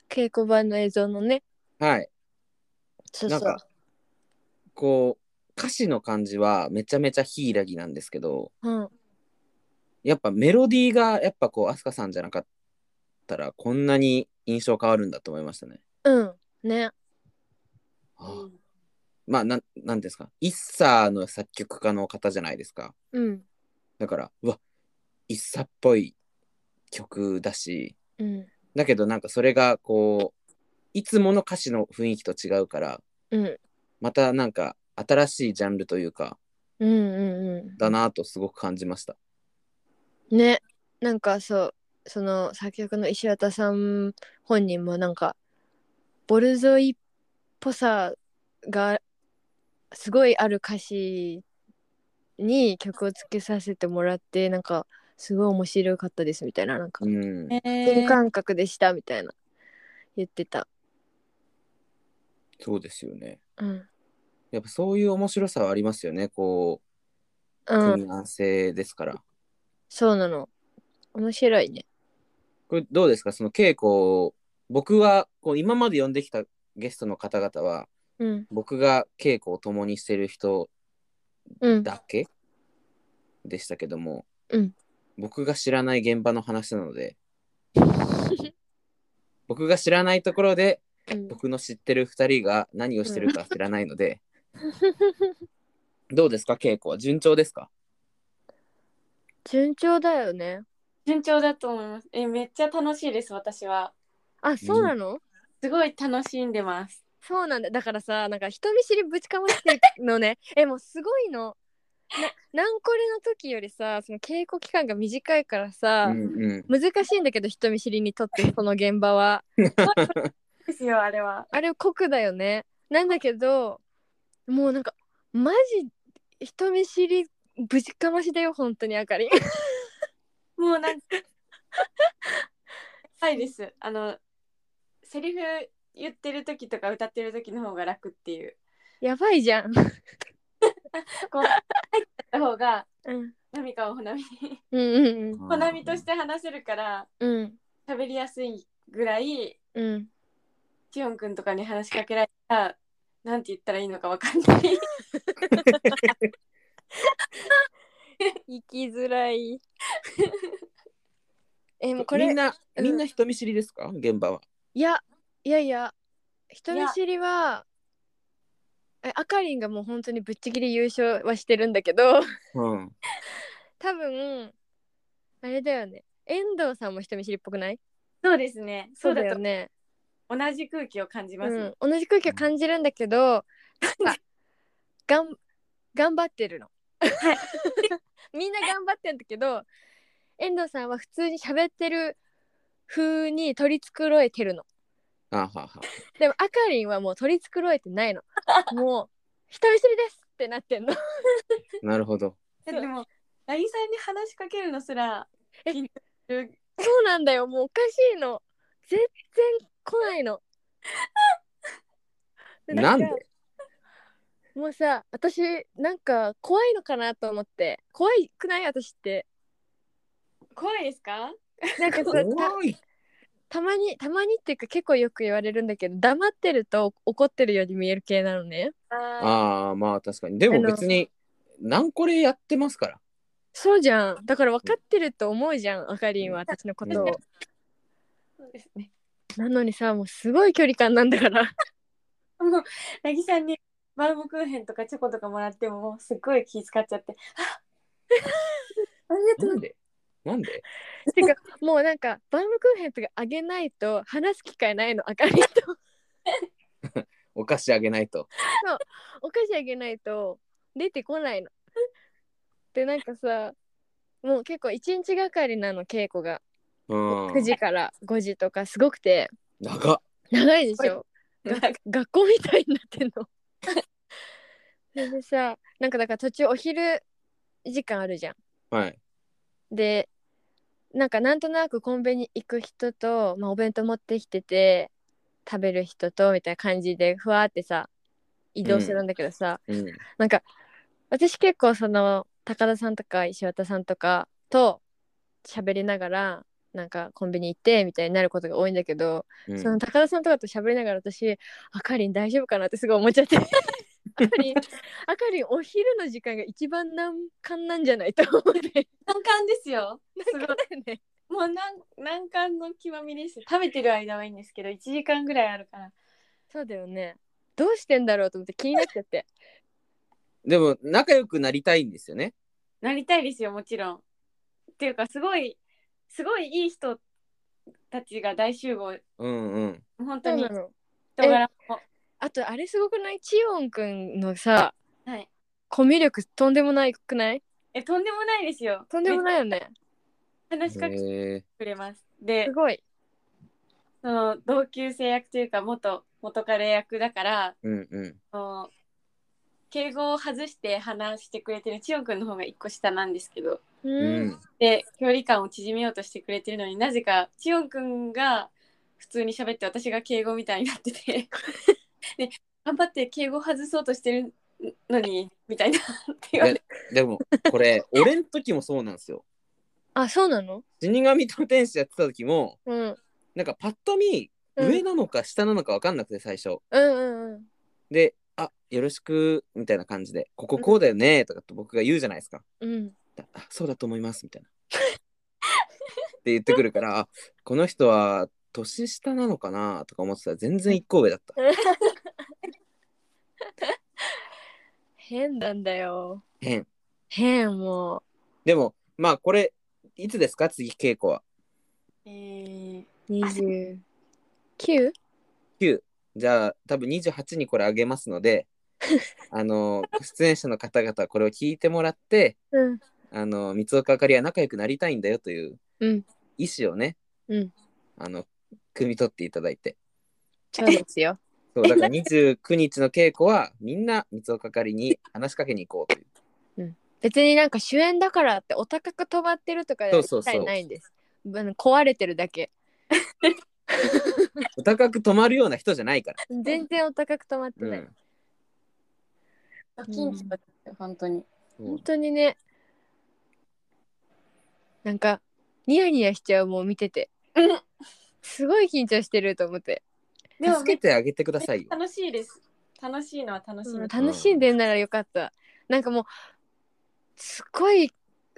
稽古場の映像のねはいそうなそんうかこう歌詞の感じはめちゃめちゃヒイラギなんですけどうんやっぱメロディーがやっぱこう飛鳥さんじゃなかったらこんなに印象変わるんだと思いましたね。うんねああまあなんなんですかイッサーの作曲家の方じゃないですか。うんだからうわイッサっぽい曲だしうんだけどなんかそれがこういつもの歌詞の雰囲気と違うからうんまたなんか新しいジャンルというかうんうんうだなぁとすごく感じました。んねなんかそうその作曲の石渡さん本人もなんかボルゾイっぽさがすごいある歌詞に曲をつけさせてもらってなんかすごい面白かったですみたいななんかうん、新感覚でしたみたいな言ってた、そうですよね。うんやっぱそういう面白さはありますよね。こうう組ん、み合わせですから。そうなの面白いねこれどうですかその稽古を僕はこう今まで呼んできたゲストの方々はうん僕が稽古を共にしてる人うんだけでしたけども、うん僕が知らない現場の話なので僕が知らないところでうん僕の知ってる2人が何をしてるか知らないの で、どうですか稽古は順調ですか順調だよね順調だと思いますえめっちゃ楽しいです私はあそうなの、すごい楽しんでますそうなんだだからさなんか人見知りぶちかましてのね えもうすごいのな何これの時よりさその稽古期間が短いからうさ、んうん難しいんだけど人見知りにとってこの現場はですよあれはあれ酷だよねなんだけどもうなんかマジ人見知りぶちかましだよ本当にあかり もうなんかはいですあのセリフ言ってる時とか歌ってる時の方が楽っていうやばいじゃ ん、こう入った方がうん、波川ほなみにうんうんほなみとして話せるからうん喋りやすいぐらいうんチヨンくんとかに話しかけられたらなんて言ったらいいのかわかんない生きづらい えもうこみれんなうんみんな人見知りですか現場は。いやいやいや人い見や知りはえあかりんがもう本当にぶっちぎり優勝はしてるんだけど うん多分あれだよね遠藤さんも人見知りっぽくないそうですねそうだよとね同じ空気を感じます、うん、同じ空気を感じるんだけど、あ がん頑張ってるの。 みんな頑張ってるんだけど遠藤さんは普通に喋ってる風に取り繕えてるの。あははでもあかりんはもう取り繕えてないのもう人見知りですってなってんのなるほど。でもなぎさんに話しかけるのすらえ緊張するそうなんだよもうおかしいの全然来ないのなんでだからもうさ私なんか怖いのかなと思って怖いくない私って怖いですかなんかさた怖いたまにたまにっていうか結構よく言われるんだけど黙ってると怒ってるように見える系なのねあああまあ確かにでも別に何これやってますからそうじゃんだから分かってると思うじゃんあかりんは私のことをーそうですねなのにさもうすごい距離感なんだから もうなぎさんにバウムクーヘンとかチョコとかもらってももうすっごい気使っちゃってあありがとうなんでなんでてかもうなんかバウムクーヘンとかあげないと話す機会ないのあかりとお菓子あげないと お菓子あげないと出てこないの。 でなんかさもう結構一日がかりなの稽古がうん9時から5時とかすごくて長っ長いでしょ長学校みたいになってんの。 それでさなんかだから途中お昼時間あるじゃん。はいでなんかなんとなくコンビニ行く人と、まあ、お弁当持ってきてて食べる人とみたいな感じでふわーってさ移動するんだけどさ、うんなんか私結構その高田さんとか石渡さんとかと喋りながらなんかコンビニ行ってみたいになることが多いんだけど、うんその高田さんとかと喋りながら私あかりん大丈夫かなってすごい思っちゃってあかりんあかりんお昼の時間が一番難関なんじゃないと思って難関ですよすごいねもう難難関の極みです食べてる間はいいんですけど1時間ぐらいあるからそうだよねどうしてんだろうと思って気になっちゃって でも仲良くなりたいんですよねなりたいですよもちろん。っていうかすごいすごいいい人たちが大集合うんうん本当に人の柄もあとあれすごくないチヨンくんのさはいコミュ力とんでもないくないえとんでもないですよとんでもいないよね話しかけてへえくれますですごいその同級生役というか元元彼役だからうんうんその敬語を外して話してくれてる千代くんの方が1個下なんですけどううんで距離感を縮めようとしてくれてるのになぜかチヨンくんが普通に喋って私が敬語みたいになって てで頑張って敬語外そうとしてるのにみたいなって言われてでもこれ俺ん時もそうなんですよあそうなの死神と天使やってた時もうんなんかパッと見うん上なのか下なのか分かんなくて最初うんうんうんで「あよろしく」みたいな感じで「こここうだよね」とかって僕が言うじゃないですかうん「あそうだと思います」みたいなって言ってくるからあこの人は年下なのかなとか思ってたら全然一個上だった変なんだよ変変もでもまあこれいつですか次稽古はえーう 29? 9じゃあ多分28にこれあげますのであの出演者の方々はこれを聞いてもらってうんあの三岡あかりは仲良くなりたいんだよといううん意思をね、うんあの汲み取っていただいてそうですよそうだから29日の稽古はみんな三岡あかりに話しかけに行こうという別になんか主演だからってお高く止まってるとかではそうそう一そう切ないんですあの壊れてるだけお高く止まるような人じゃないから、全然お高く止まってうない、ん、ドキンとした本当にそう本当にねなんかニヤニヤしちゃうもう見ててうんすごい緊張してると思ってでも助けてあげてくださいよ楽しいです楽しいのは楽しいの、楽しんでんならよかったなんかもうすっごい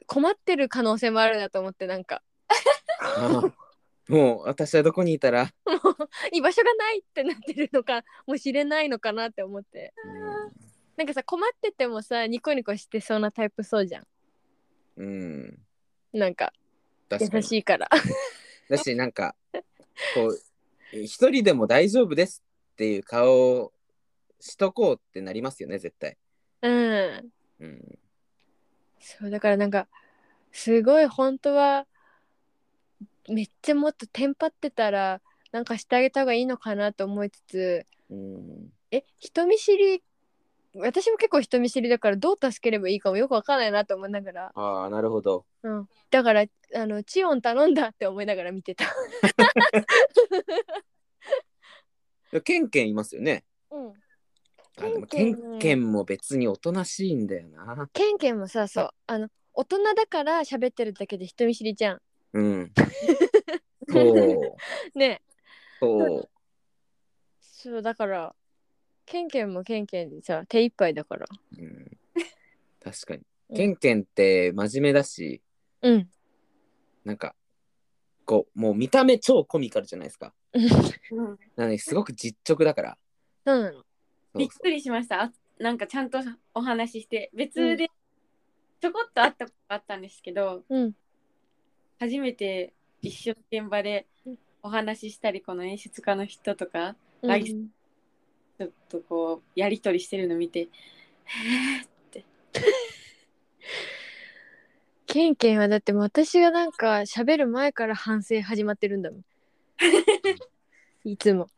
困ってる可能性もあるなと思ってなんかああもう私はどこにいたら、居場所がないってなってるのかもしれないのかなって思ってなんかさ困っててもさニコニコしてそうなタイプそうじゃんうん、うん、なんか確か優にしいからだしなんかこうえ一人でも大丈夫ですっていう顔をしとこうってなりますよね絶対、うんうん、そうだからなんかすごい本当はめっちゃもっとテンパってたらなんかしてあげた方がいいのかなと思いつつうん、え人見知り私も結構人見知りだからどう助ければいいかもよくわかんないなと思いながら、ああ、なるほど。うん、だからあのチオン頼んだって思いながら見てたケンケンいますよね。うんあでもケケンケンンケンも別におとなしいんだよな。ケンケンもさそうあの大人だから喋ってるだけで人見知りじゃん うん。そう。ねそう。そうだからケンケンもケンケンでさ手一杯だからうん、確かに。ケンケンって真面目だし、うんなんか、こう、もう見た目超コミカルじゃないですか。うんなのですごく実直だから。そうなのそうびっくりしましたあなんかちゃんとお話しして別でちょこっと会ったことがあったんですけど、うん初めて一緒の現場でお話ししたりこの演出家の人とかラギうんちょっとこうやり取りしてるの見てケンケンはだってもう私がなんか喋る前から反省始まってるんだもん いつも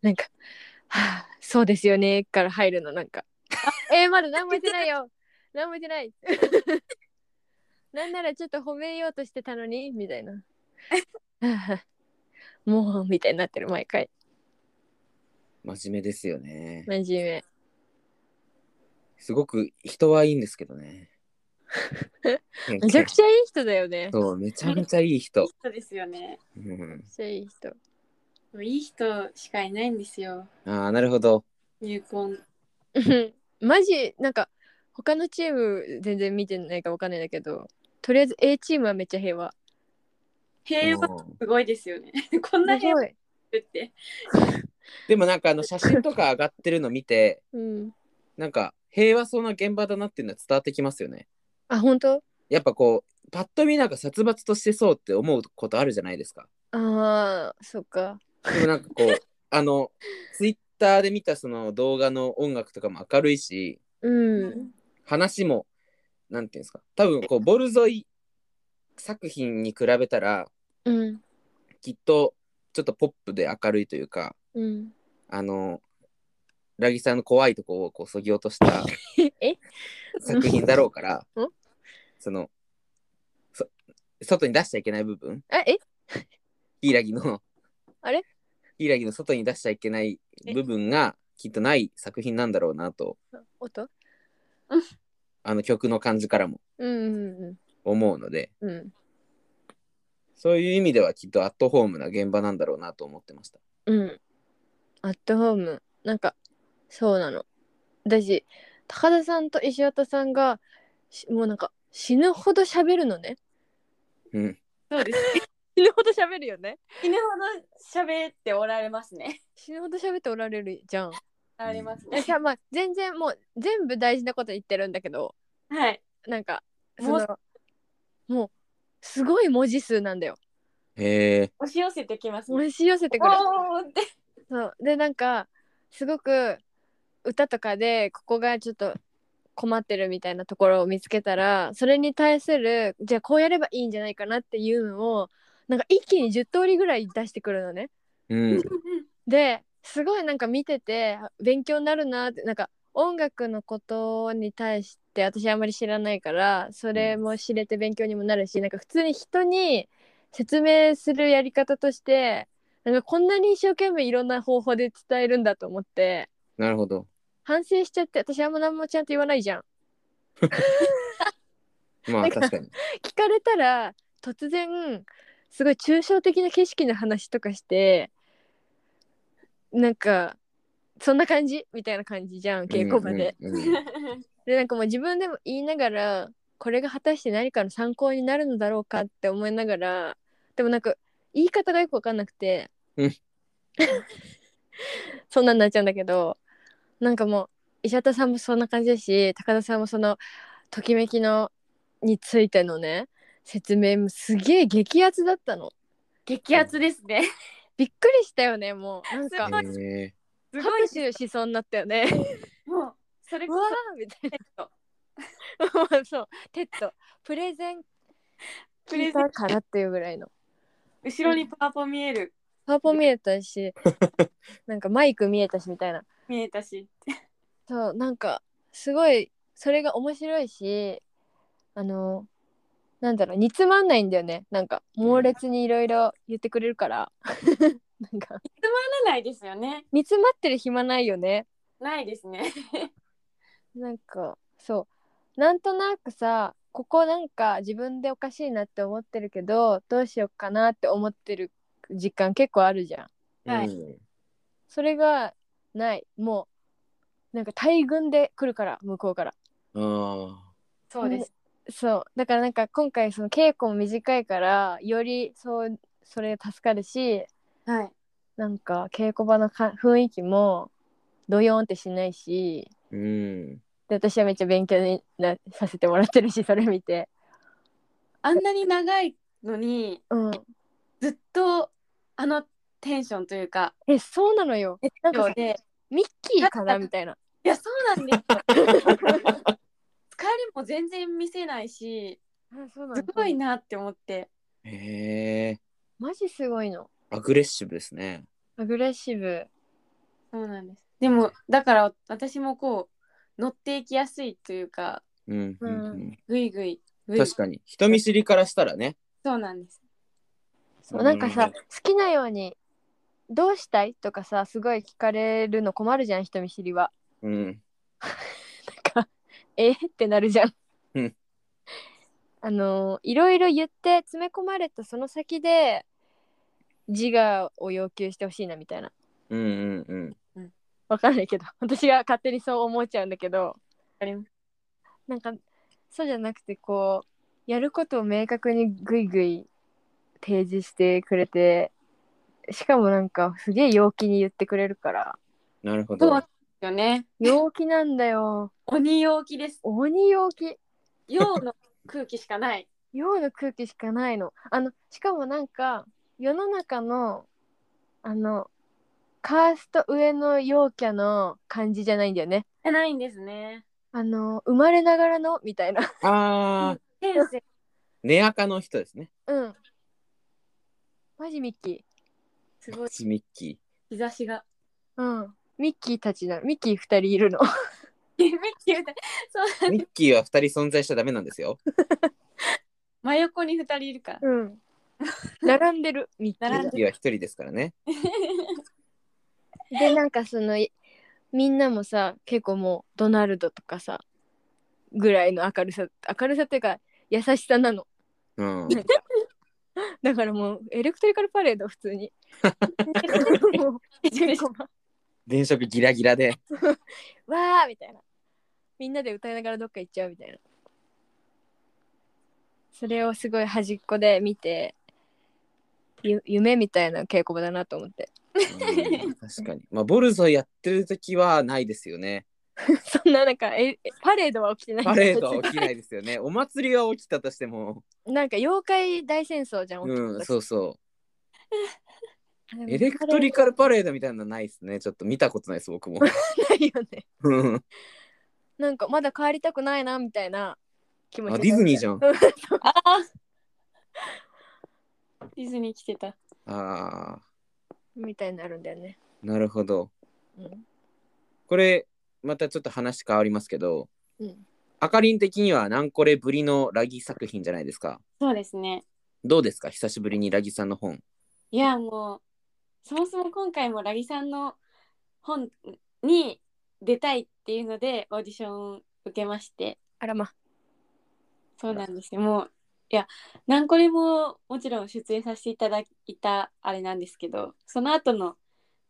なんか「はあそうですよね」から入るのなんか「あえー、まだ何も言ってないよ何も言ってない」 なんならちょっと褒めようとしてたのにみたいな「はあもう」みたいになってる毎回真面目ですよね。真面目すごく人はいいんですけどね。ケンケンめちゃくちゃいい人だよねそう、めちゃめちゃいい人。そうですよねうんめ、っちゃいい人いい人しかいないんですよああ、なるほど。入婚うんマジなんか他のチーム全然見てないからわかんないんだけどとりあえず A チームはめっちゃ平和平和うんすごいですよねこんなす平和ごい、ってでもなんかあの写真とか上がってるの見て、うん、なんか平和そうな現場だなっていうのは伝わってきますよね。あ本当やっぱこう、パッと見なんか殺伐としてそうって思うことあるじゃないですか。あーそっかでもなんか こう、あの、ツイッターで見たその動画の音楽とかも明るいし、うん話も、なんていうんですか、多分こう、ボルゾイ作品に比べたら、うんきっとちょっとポップで明るいというか、うん あの、ラギさんの怖いとこをこうそぎ落と したえ作品だろうからうん、その、そ外に出しちゃいけない部分、あえヒイラギの、あれヒイラギの外に出しちゃいけない部分がきっとない作品なんだろうなと、音あの曲の感じからもうんうん思うので、うんうんそういう意味ではきっとアットホームな現場なんだろうなと思ってました。うんアットホームなんかそうなの私高田さんと石渡さんがしもうなんか死ぬほど喋るのねうん。そうです死ぬほど喋るよね死ぬほど喋っておられますね死ぬほど喋っておられるじゃんありますいやねじゃあまあ全然もう全部大事なこと言ってるんだけどはいなんかそもうのもうすごい文字数なんだよへえ。押し寄せてきますね押し寄せてくるおーってそうでなんかすごく歌とかでここがちょっと困ってるみたいなところを見つけたらそれに対するじゃあこうやればいいんじゃないかなっていうのをなんか一気に10通りぐらい出してくるのねうん。ですごいなんか見てて勉強になるなってなんか音楽のことに対して私あんまり知らないからそれも知れて勉強にもなるしなんか普通に人に説明するやり方としてなんかこんなに一生懸命いろんな方法で伝えるんだと思ってなるほど。反省しちゃって私あんま何もちゃんと言わないじゃん。まなあんか確かに。聞かれたら突然すごい抽象的な景色の話とかしてなんかそんな感じみたいな感じじゃん稽古場で。うんうんうんでなんかもう自分でも言いながらこれが果たして何かの参考になるのだろうかって思いながらでもなんか言い方がよく分かんなくて、うん そんなんなっちゃうんだけどなんかもう石畑さんもそんな感じだし高田さんもそのときめきのについてのね説明もすげえ激アツだったの激アツですねびっくりしたよねもうなんかすごいへえすごい拍手しそうになったよねもうそれうこわそー みたいえっとなもうそうテッドプレゼンププレレゼゼンンかなっていうぐらい の後ろにパワポ見える パーポ見えたしなんかマイク見えたしみたいな見えたしそうなんかすごいそれが面白いしあのなんだろう煮詰まんないんだよねなんか猛烈にいろいろ言ってくれるから なんからないですよね。煮詰まってる暇ないよねないですね。なんかそうなんとなくさここなんか自分でおかしいなって思ってるけどどうしようかなって思ってる実感結構あるじゃん はいうんそれがないもうなんか大群で来るから向こうからあそうです。そうだからなんか今回その稽古も短いからよりそうそれ助かるしはい。なんか稽古場のか雰囲気もドヨーンってしないしーうんで私はめっちゃ勉強になさせてもらってるしそれ見て、あんなに長いのにうん、ずっとあのテンションというか。えそうなのよなんかさでミッキーかなみた いないやそうなんですよ。疲れも全然見せないし、すごいなって思って。へえマジすごいのアグレッシブですねアグレッシブそうなんです。でもだから私もこう乗っていきやすいというか、うんうんううんぐいぐい。ぐいぐい確かに人見知りからしたらねそうなんです。そうなんかさ、うん好きなように「どうしたい?」とかさすごい聞かれるの困るじゃん人見知りは。うんなんか 「えっ?」てなるじゃん。うんあのいろいろ言って詰め込まれたその先で自我を要求してほしいなみたいなうんうんうんわかんないけど 私が勝手にそう思っちゃうんだけどわかりますなんかそうじゃなくてこうやることを明確にグイグイ提示してくれてしかもなんかすげえ陽気に言ってくれるからなるほどそうですよね。陽気なんだよ鬼陽気です。鬼陽気陽の空気しかない。陽の空気しかないのあのしかもなんか世の中のあのカースト上の陽キャの感じじゃないんだよねないんですね。あの生まれながらのみたいな ああ天性根垢の人ですねうんマジミッキーすごいミッキ日差しが。 うん。ミッキーたちなの。ミッキー二人いるの。めっきり歌いーミッキーは二人存在しちゃダメなんですよ真横に二人いるから。うん。並んでる、ミッキーミがッ。キーは一人ですからねで、なんかその、いみんなもさ、結構もう、ドナルドとかさ、ぐらいの明るさ、明るさっていうか、優しさなの。うんだからもう、エレクトリカルパレード、普通に。もう嬉しい電飾ギラギラでわーみたいな。みんなで歌いながらどっか行っちゃうみたいな。それをすごい端っこで見て、ゆ夢みたいな稽古場だなと思って。 うん 確かにまあボルゾイやってる時はないですよねそんななんかええパレードは起きてないパレードは起きないですよねお祭りは起きたとしてもなんか妖怪大戦争じゃん、うんそうそううエレクトリカルパレードみたいなのないですねちょっと見たことないです僕もないよね うんなんかまだ帰りたくないなみたいな気持ちあディズニーじゃんああディズニー来てた。あみたいになるんだよね、ーなるほどうんこれまたちょっと話変わりますけどうん、あかりん的には何これぶりのラギ作品じゃないですかそうですね。どうですか久しぶりにラギさんの本いやもうそもそも今回もラギさんの本に出たいっていうのでオーディション受けましてあらまそうなんですよもういや何これももちろん出演させていただいたあれなんですけどその後の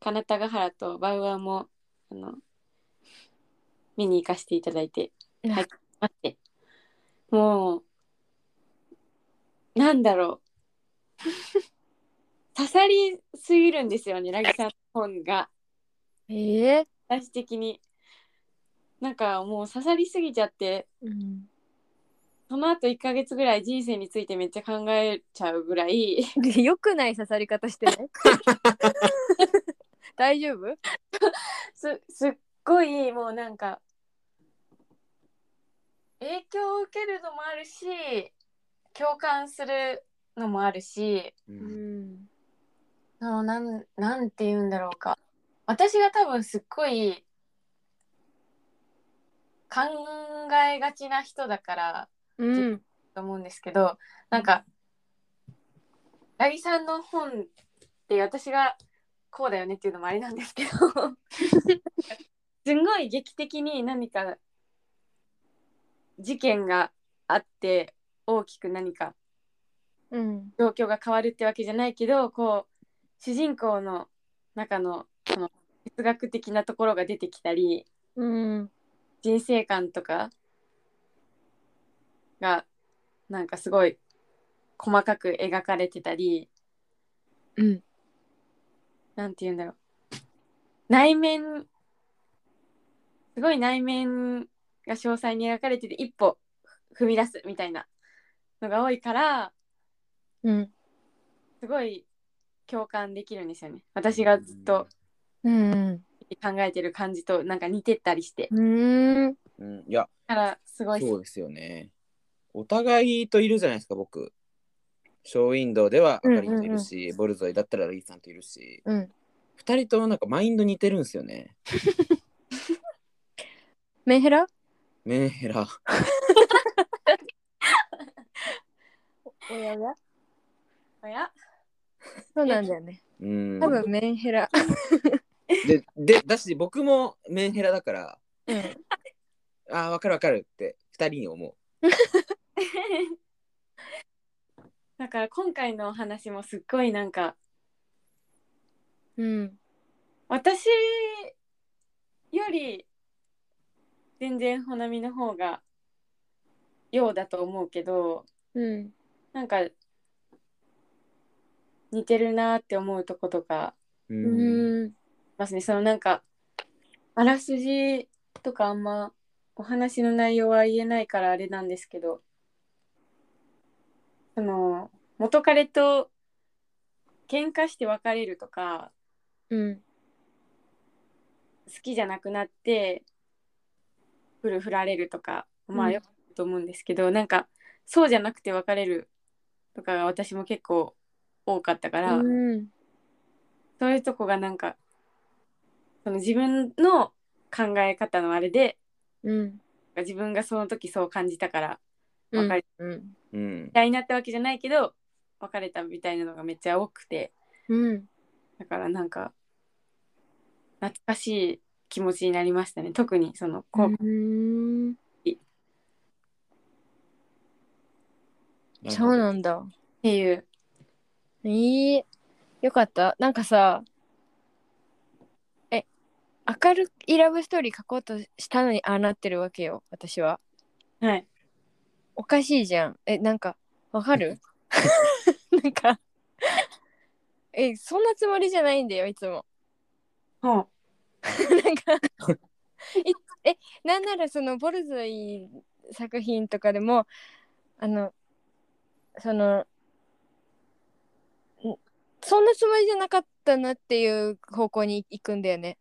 金田ヶ原とバウアーもあの見に行かせていただいてはい待ってもう なんだろう刺さりすぎるんですよねラギさんの本がええ私的になんかもう刺さりすぎちゃって うん、その後1ヶ月ぐらい人生についてめっちゃ考えちゃうぐらい よくない 刺さり方してね大丈夫すすっごいもうなんか影響を受けるのもあるし共感するのもあるしうう、んそのなんなんて言うんだろうか私が多分すっごい考えがちな人だからうんと思うんですけどなんか八木さんの本って私がこうだよねっていうのもあれなんですけどすごい劇的に何か事件があって大きく何かうん状況が変わるってわけじゃないけどこう主人公の中のその哲学的なところが出てきたりうん人生観とかがなんかすごい細かく描かれてたりうんなんて言うんだろう内面すごい内面が詳細に描かれてて一歩踏み出すみたいなのが多いからうんすごい共感できるんですよね私がずっとうん考えてる感じとなんか似てったりしてうんうん、いや、だからすごいそうですよね。お互いといるじゃないですか、僕。ショーウィンドウではあかりんといるし、ボルゾイだったらラリーさんといるし、うん二人ともなんかマインド似てるんですよね。メンヘラメンヘラ。おやおやおやそうなんだよねうん。多分メンヘラで、で、だし僕もメンヘラだから、うんああ、わかるわかるって二人に思う。 だから今回のお話もすっごいなんかうん私より全然ほなみの方がようだと思うけどうんなんか似てるなって思うとことかう。うんんありますねそのなんかあらすじとかあんまお話の内容は言えないからあれなんですけどその元彼と喧嘩して別れるとかうん好きじゃなくなってフル振られるとかまうあんよくあると思うんですけど、なんかそうじゃなくて別れるとかが私も結構多かったから、うんそういうとこがなんかその自分の考え方のあれでうん自分がその時そう感じたから別れうんうん。たいなってわけじゃないけど別れたみたいなのがめっちゃ多くてうんだからなんか懐かしい気持ちになりましたね特にその高校うんなるそほどうなんだっていう、いいよかったなんかさえ明るいラブストーリー書こうとしたのにああなってるわけよ私ははいおかしいじゃんえなんかわか るなんかえそんなつもりじゃないんだよいつもほうなんかいえなんならそのボルゾイ作品とかでもあのそのんそんなつもりじゃなかったなっていう方向に行くんだよね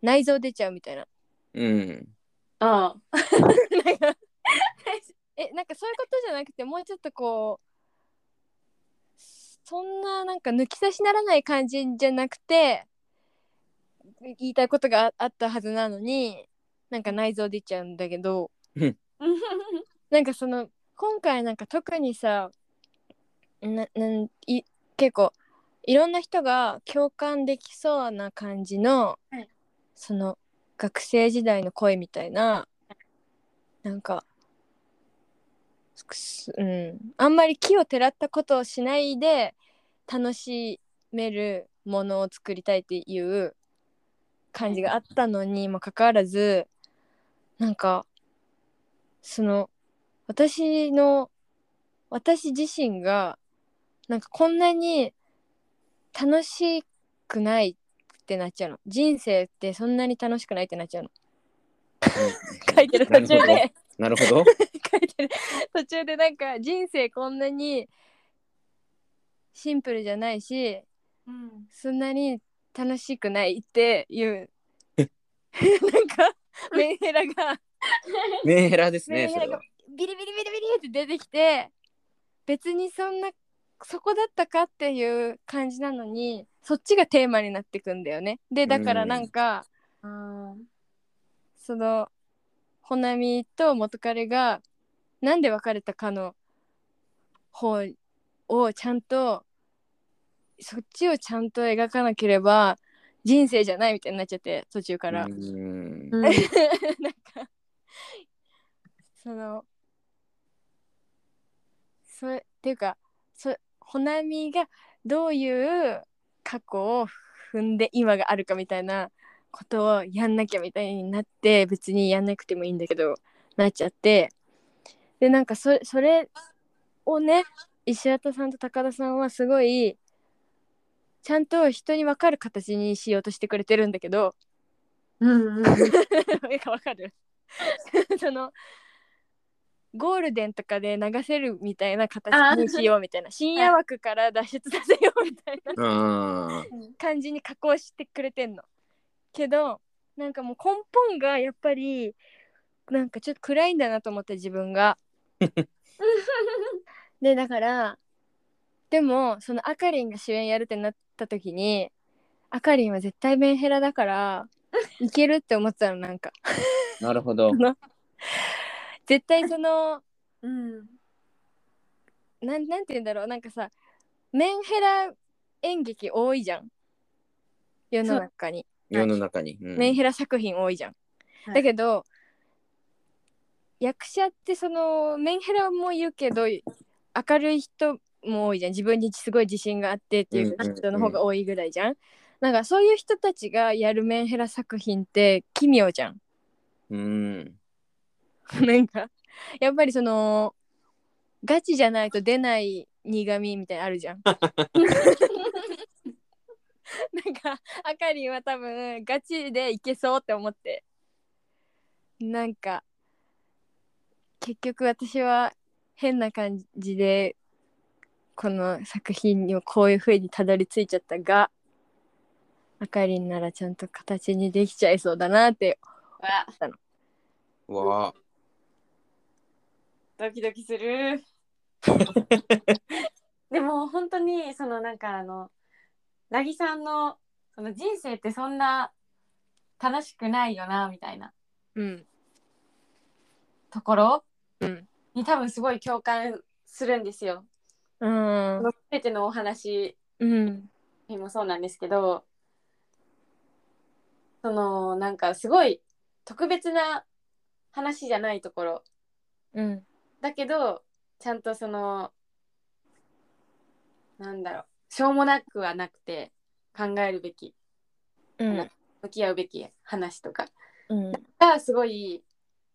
内臓出ちゃうみたいな うん。ああなんかえなんかそういうことじゃなくてもうちょっとこうそんななんか抜き差しならない感じじゃなくて言いたいことがああったはずなのになんか内臓出ちゃうんだけどなんかその今回なんか特にさななんい結構いろんな人が共感できそうな感じの、はいその学生時代の恋みたいななんかすすうんあんまり木をてらったことをしないで楽しめるものを作りたいっていう感じがあったのにもかかわらずなんかその私の私自身がなんかこんなに楽しくないってなっちゃうの人生ってそんなに楽しくないってなっちゃうの書いてる途中でなるほど。 書いてる途中でなんか人生こんなにシンプルじゃないしうんそんなに楽しくないっていう なんかメンヘラがメンヘラですね、メンそヘラれがは。ビリビリビリビリって出てきて別にそんなそこだったかっていう感じなのにそっちがテーマになってくんだよね。でだからなんか、あーその穂波と元彼がなんで別れたかの方をちゃんとそっちをちゃんと描かなければ人生じゃないみたいになっちゃって途中から、うんうんなんかそのそれっていうかそほなみがどういう過去を踏んで今があるかみたいなことをやんなきゃみたいになって別にやんなくてもいいんだけどなっちゃってでなんかそそれをね石渡さんと高田さんはすごいちゃんと人に分かる形にしようとしてくれてるんだけどうんう んなんかわかるそのゴールデンとかで流せるみたいな形にしようみたいな深夜枠から脱出させようみたいなあー感じに加工してくれてんの。けどなんかもう根本がやっぱりなんかちょっと暗いんだなと思って自分が。でだからでもそのあかりんが主演やるってなった時にあかりんは絶対メンヘラだからいけるって思ってたのなんか。なるほ ど。絶対その うんなんなんて言うんだろうなんかさメンヘラ演劇多いじゃん世の中に、世の中に。うんメンヘラ作品多いじゃん、はいだけど役者ってそのメンヘラもいるけど明るい人も多いじゃん自分にすごい自信があってっていううんうんうん人の方が多いぐらいじゃん,、なんかそういう人たちがやるメンヘラ作品って奇妙じゃんうん。なんかやっぱりそのガチじゃないと出ない苦味みたいなのある じゃん。なんかあかりんは多分ガチでいけそうって思ってなんか結局私は変な感じでこの作品にもこういう風にたどり着いちゃったがあかりんならちゃんと形にできちゃいそうだなってわわあ。ドキドキするでも本当にそのなんかあのなぎさんのその人生ってそんな楽しくないよなみたいなうんところうんに多分すごい共感するんですよ。うんその全てのお話うんにもそうなんですけどそのなんかすごい特別な話じゃないところうんだけどちゃんとそのなんだろうしょうもなくはなくて考えるべきうん向き合うべき話とかうんがすごい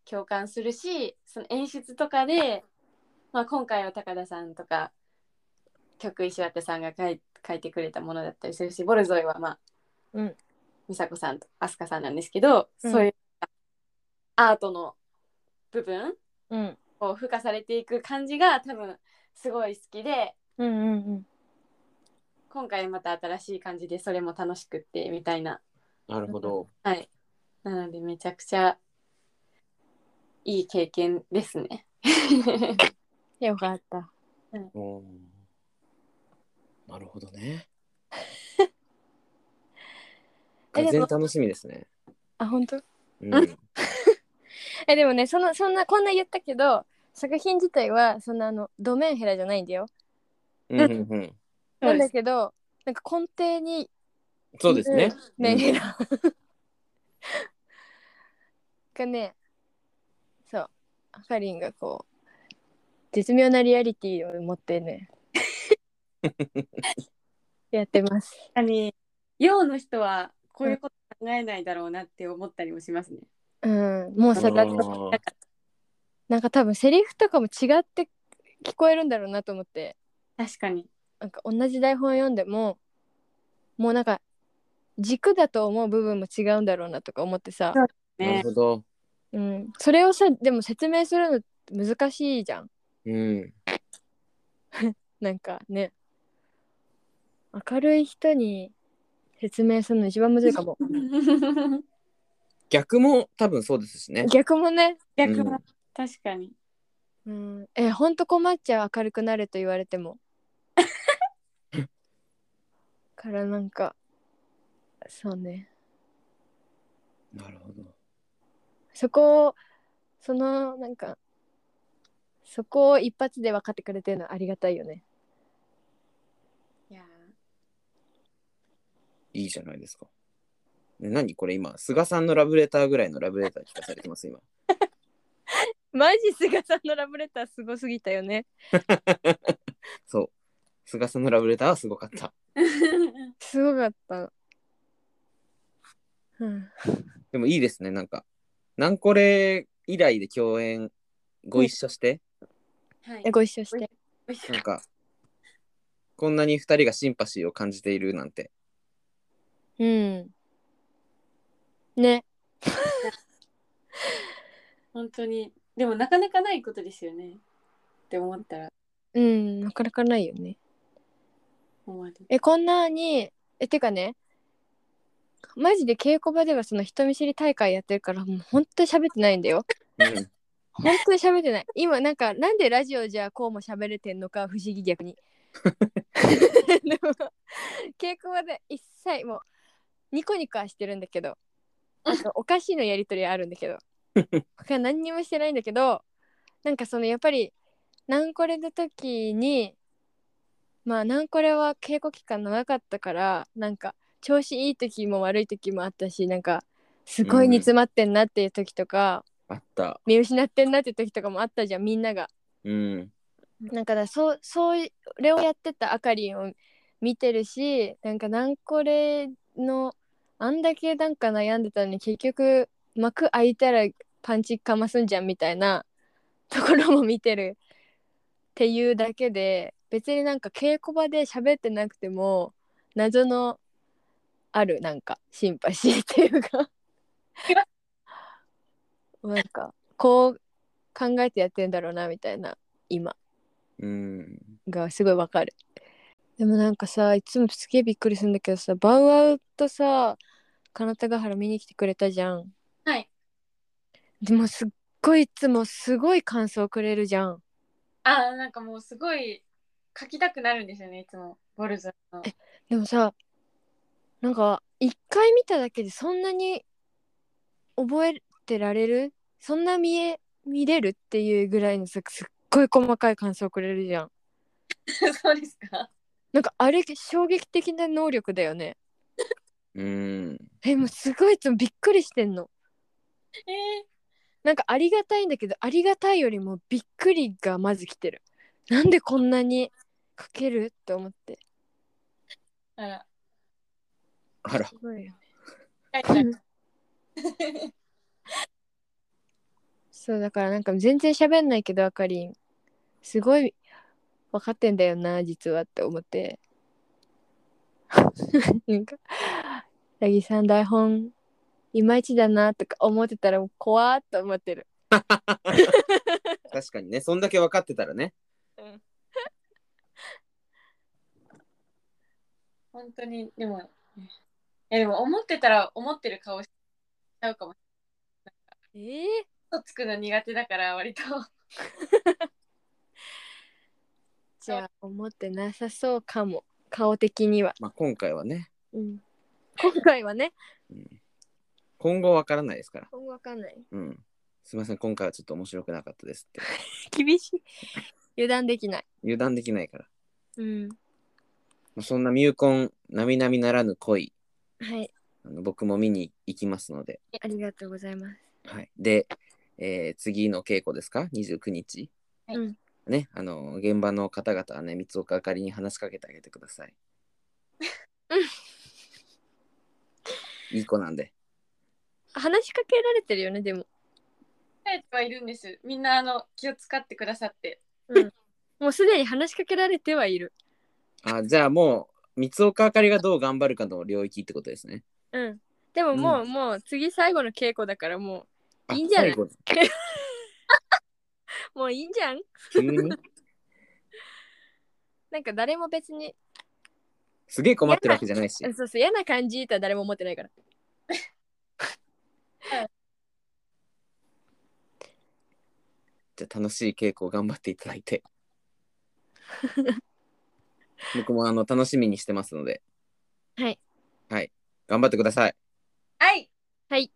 共感するしその演出とかで、まあ、今回は高田さんとか曲石渡さんが書い書いてくれたものだったりするしボルゾイはまあ、うん美佐子さんと飛鳥さんなんですけど、うんそういうアートの部分うんを付加されていく感じが多分すごい好きでうん今回また新しい感じでそれも楽しくってみたいななるほど。はいなのでめちゃくちゃいい経験ですね。よかったうんなるほど ね。えで全も然楽しみですね。あ本当うん。えでもねそのそんなこんな言ったけど作品自体はそんなあのドメンヘラじゃないんだようんうんうん。なんだけどなんか根底にそうですね。メンヘラ がねそうあかりんがこう絶妙なリアリティを持って ねやってます確かに洋の人はこういうこと考えないだろうなって思ったりもしますね。うんもうさあがーなんか多分セリフとかも違って聞こえるんだろうなと思って確かに。なんか同じ台本読んでももうなんか軸だと思う部分も違うんだろうなとか思ってさ、なるね、ほど。うん、それをさでも説明するの難しいじゃんうん。なんかね明るい人に説明するの一番むずいか も逆も多分そうですしね。逆もね、逆うもん確かに。うん、えほんと困っちゃう明るくなれと言われてもからなんかそうねなるほど。そこをそのなんかそこを一発で分かってくれてるのはありがたいよねいやいいじゃないですか。ね何これ今、菅さんのラブレターぐらいのラブレター聞かされてます、今。マジ菅さんのラブレターすごすぎたよねそう。菅さんのラブレターはすごかった。ーすごかった、うん、でもいいですね、なんか。なんこれ以来で共演ご一緒して、 はいえご一緒してなんか、こんなに二人がシンパシーを感じているなんて。うんね本当にでもなかなかないことですよねって思ったらうんなかなかないよね思わずえこんなにえてかねマジで稽古場ではその人見知り大会やってるからもう本当に喋ってないんだようん、本当に喋ってない今なんかなんでラジオじゃこうも喋れてんのか不思議逆にでも稽古場で一切もうニコニコはしてるんだけどあとお菓子のやり取りはあるんだけど他何にもしてないんだけどなんかそのやっぱり何これの時にまあ何これは稽古期間長かったからなんか調子いい時も悪い時もあったしなんかすごい煮詰まってんなっていう時とか、あった。見失ってんなって時とかもあったじゃんみんなが。うん。なんかだそうそうそれをやってたあかりんを見てるしなんかなんこれのあんだけなんか悩んでたのに結局幕開いたらパンチかますんじゃんみたいなところも見てるっていうだけで別になんか稽古場で喋ってなくても謎のあるなんかシンパシーっていうかなんかこう考えてやってんだろうなみたいな今。うん。がすごいわかるでもなんかさいつもすげえびっくりするんだけどさバウアウとさ金田ヶ原見に来てくれたじゃんはいでもすっごいいつもすごい感想くれるじゃんあーなんかもうすごい書きたくなるんですよねいつもボルゾイのでもさなんか一回見ただけでそんなに覚えてられるそんな見え見れるっていうぐらいのさすっごい細かい感想くれるじゃん そうですかなんかあれ衝撃的な能力だよねうん。えもうすごいいつもびっくりしてんのえなんかありがたいんだけどありがたいよりもびっくりがまず来てるなんでこんなにかけるって思ってー、あらあらす、ごいよはいじゃあそうだからなんか全然喋んないけどあかりんすごい分かってんだよな実はって思って なんか「八木さん台本いまいちだな」とか思ってたらもう怖ーっと思ってる確かにね、そんだけ分かってたらね。 本当にでもいやでも思ってたら思ってる顔しちゃうかもえー、嘘つくの苦手だから割とじゃあ思ってなさそうかも顔的には、まあ今回はね、うん、今回はねうん今後分からないですから。今後わかんないうん。すみません、今回はちょっと面白くなかったですって。厳しい油断できない油断できないから。うんもうそんなミューコン、並々ならぬ恋、はいあの僕も見に行きますので。ありがとうございますはい。で、えー次の稽古ですか ?29 日。はいうんね、あの、現場の方々はね、三岡あかりに話しかけてあげてください。いい子なんで。話しかけられてるよねでも、帰ってはいるんですみんなあの気を使ってくださってもうすでに話しかけられてはいるあ、じゃあもう、三岡あかりがどう頑張るかの領域ってことですね。うんでももうう、もう次最後の稽古だからもあいいんじゃない最後にうもういいんじゃん急になんか誰も別にすげえ困ってるわけじゃない し。そうそう嫌な感じとは誰も思ってないからじゃあ楽しい稽古を頑張っていただいて。僕もあの楽しみにしてますので。はい。はい。頑張ってください。はいはい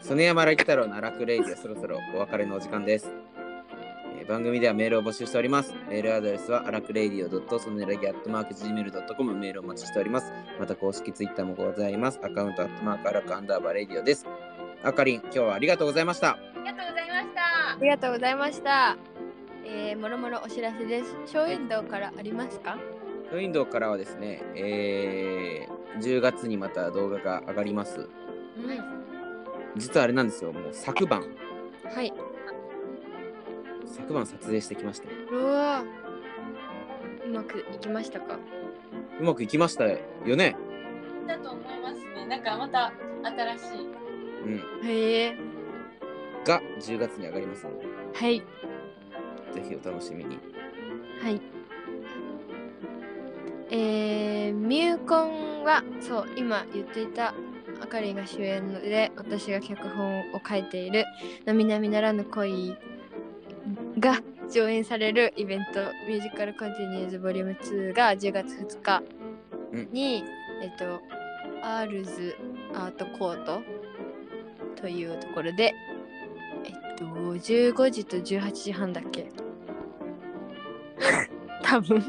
曽根山ラギ太郎のアラクレイジはそろそろお別れのお時間です。えー番組ではメールを募集しております。メールアドレスはアラクレイディオドットソネラギアットマーク Gmail.com メールをお待ちしております。また公式ツイッターもございます。アカウントアットマークアラクアンダーバーレディオです。あかりん、今日はありがとうございました。ありがとうございましたあ。りがとうございました。えー、もろもろお知らせです。小遠藤からありますかウィンドウからはですね、えー10月にまた動画が上がります。実はあれなんですよ、もう昨晩、はい。昨晩撮影してきました。うわーうまくいきましたかうまくいきましたよね。だと思いますね。なんかまた新しい。うん。へえ。が10月に上がりますので、はい。ぜひお楽しみに。はい。えー、ミューコンは、そう、今言っていた、あかりが主演ので、私が脚本を書いている、なみなみならぬ恋が上演されるイベント、ミュージカルコンティニューズボリューム2が10月2日に、えっと、アールズアートコートというところで、えっと、15時と18時半だっけ多分そう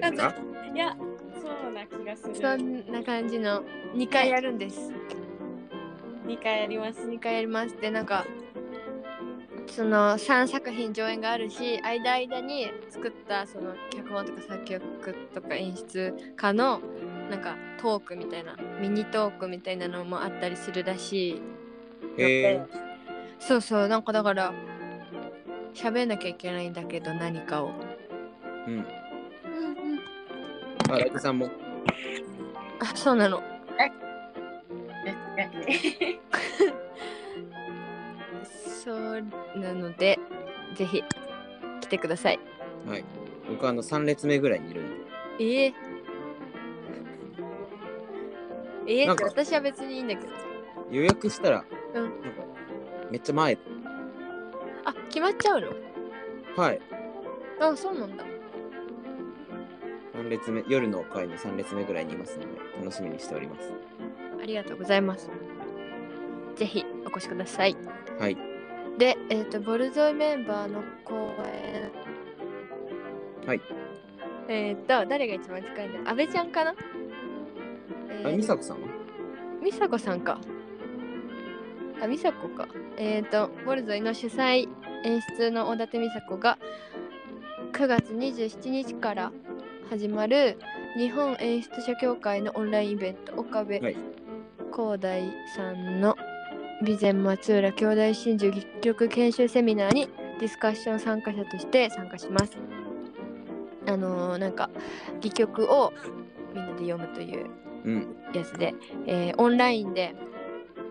なんですかいや、そうな気がする。そんな感じの2回やるんです。二回やります。 2回やります。でなんかその3作品上演があるし間々に作ったその脚本とか作曲とか演出家のなんかトークみたいなミニトークみたいなのもあったりするらしいへえ。そうそうなんかだから喋んなきゃいけないんだけど何かをうん。あ、ライトさんも。あそうなの そうなのでぜひ来てくださいはい。僕はあの3列目ぐらいにいるんで。ええええなっんてか私は別にいいんだけど予約したら、うんなんかめっちゃ前。あ決まっちゃうのはい。あそうなんだ3列目、夜の会の3列目ぐらいにいますので、楽しみにしております。ありがとうございますぜひお越しくださいはい。でえっ、とボルゾイメンバーの公演はいえっ、と誰が一番近いんだろう阿部ちゃんかなえあ、ー美佐子さんは美佐子さんか。あ、美佐子か。えっ、ー、と、ボルゾイの主催演出の大館美佐子が9月27日から始まる日本演出者協会のオンラインイベント岡部はい広大さんの備前松浦兄弟真珠劇曲研修セミナーにディスカッション参加者として参加します。あのーなんか戯曲をみんなで読むといううん。やつで、えーオンラインで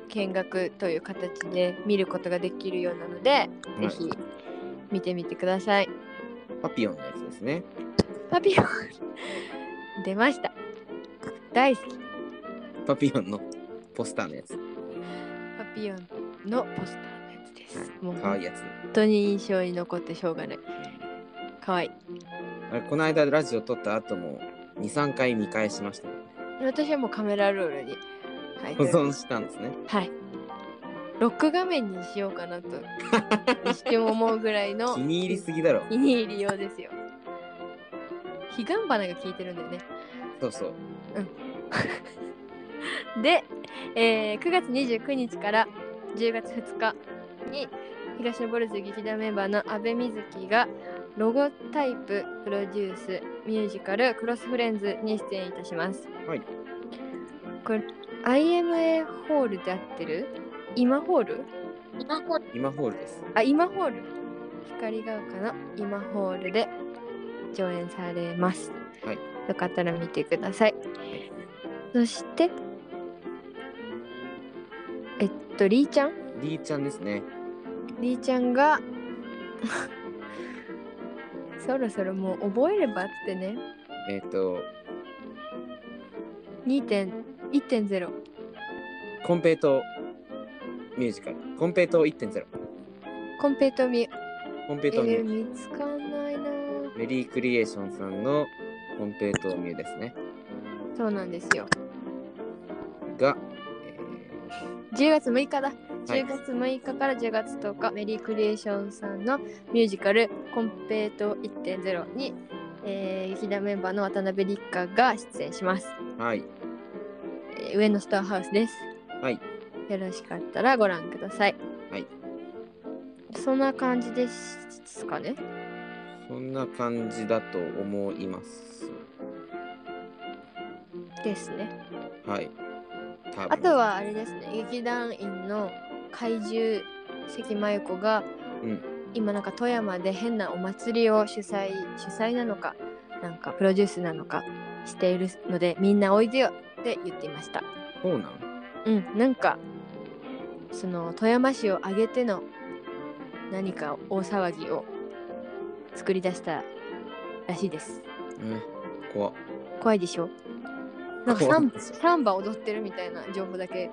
見学という形で見ることができるようなので、はぜい。ひ見てみてください。パピオンのやつですね。パピオン出ました。大好きパピオンのポスターのやつ。パピオンのポスターのやつです。もうかわい本いやつ。当に印象に残ってしょうがない。かわいい。あれこの間ラジオ撮った後も23回見返しましたね、私はもうカメラロールに入っ保てる存したんですねはい。ロック画面にしようかなと一瞬思うぐらいの 気に入りすぎだろ気に入り用ですよ。彼岸花が効いてるんだよね。そうそうで、えー9月29日から10月2日に東のボルズ劇団メンバーの阿部瑞希がロゴタイププロデュースミュージカル「クロスフレンズ」に出演いたします。はいこれ IMA ホールで合ってる今ホール今こ今ホールですあ、今ホール。光が丘の今ホールで上演されます。はいよかったら見てください。そして、えっと、りーちゃんりーちゃんですねりーちゃんが そろそろもう覚えればってね。えっ、と2.1.0。コンペイトミュージカルコンペイト1.0コンペイトミュコンペイえトミュー、見つかんないなぁメリークリエーションさんのコンペイトミュですねそうなんですよ。が、 10月6日だ。10月6日から10月10日、メリークリエーションさんのミュージカル「コンペイト1.0」に、えー、劇団メンバーの渡辺立花が出演します。はい。えー上野スターハウスです。はい。よろしかったらご覧ください。はい。そんな感じですかね。そんな感じだと思います。ですね。はい。多分あと、はあれですね、劇団員の怪獣関真由子が、うん今なんか富山で変なお祭りを主催主催なのか、なんかプロデュースなのかしているので、みんなおいでよって言っていました。そうなんうん、なんかその富山市を挙げての何か大騒ぎを作り出したらしいです。え、怖っ怖いでしょなんか怖サいンですサンバ踊ってるみたいな情報だけ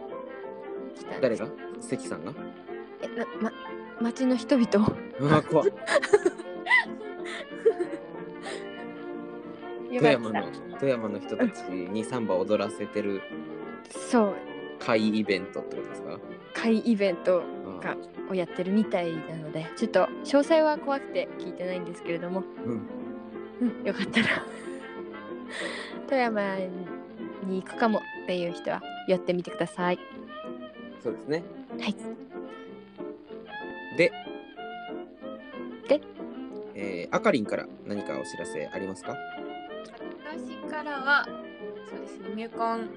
来たんで誰すが関 さんがえな、ま、町の人々うわ、怖っよ富かっ山の富山の人たちにサンバ踊らせてるたそう会イベントってことですか会イベントあかをやってるみたいなのでちょっと詳細は怖くて聞いてないんですけれどもうん。うん、よかったら 富山に行くかもっていう人は寄ってみてください。そうですね。はい。で、で、えー、あかりんから何かお知らせありますか私からはそうですね入婚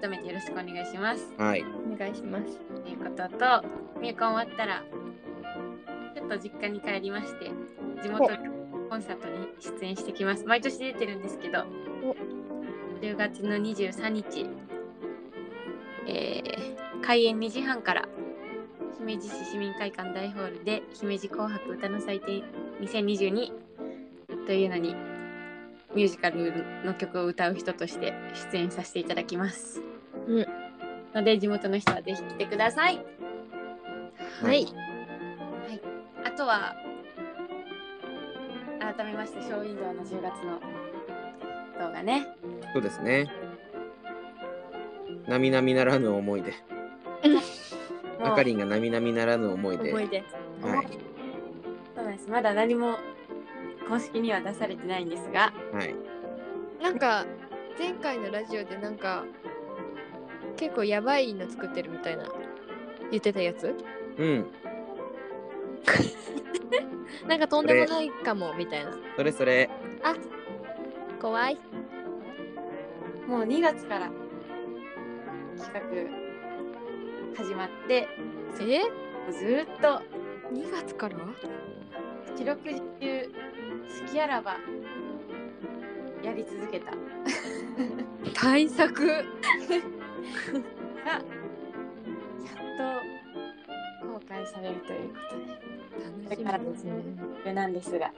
改めてよろしくお願いしますはい。お願いします。ということと入婚終わったらちょっと実家に帰りまして地元コンサートに出演してきます毎年出てるんですけど10月の23日えー開演2時半から姫路市市民会館大ホールで姫路紅白歌の祭典2022というのにミュージカルの曲を歌う人として出演させていただきます。うんので地元の人はぜひ来てください。はい。あとは改めましてショーウィンドウの10月の動画ね。そうですね。なみなみならぬ思いで、もうあかりんがなみなみならぬ思いで、思い出。はい、そうなんです。まだ何も公式には出されてないんですが、はい、なんか前回のラジオでなんか結構やばいの作ってるみたいな言ってたやつうん、なんかとんでもないかもみたいな。それそれ、怖い。もう2月から企画始まって、えずーっと ?2 月から四六時中好きあらばやり続けたが対策やっと公開されるということで。楽しみですね。なんですが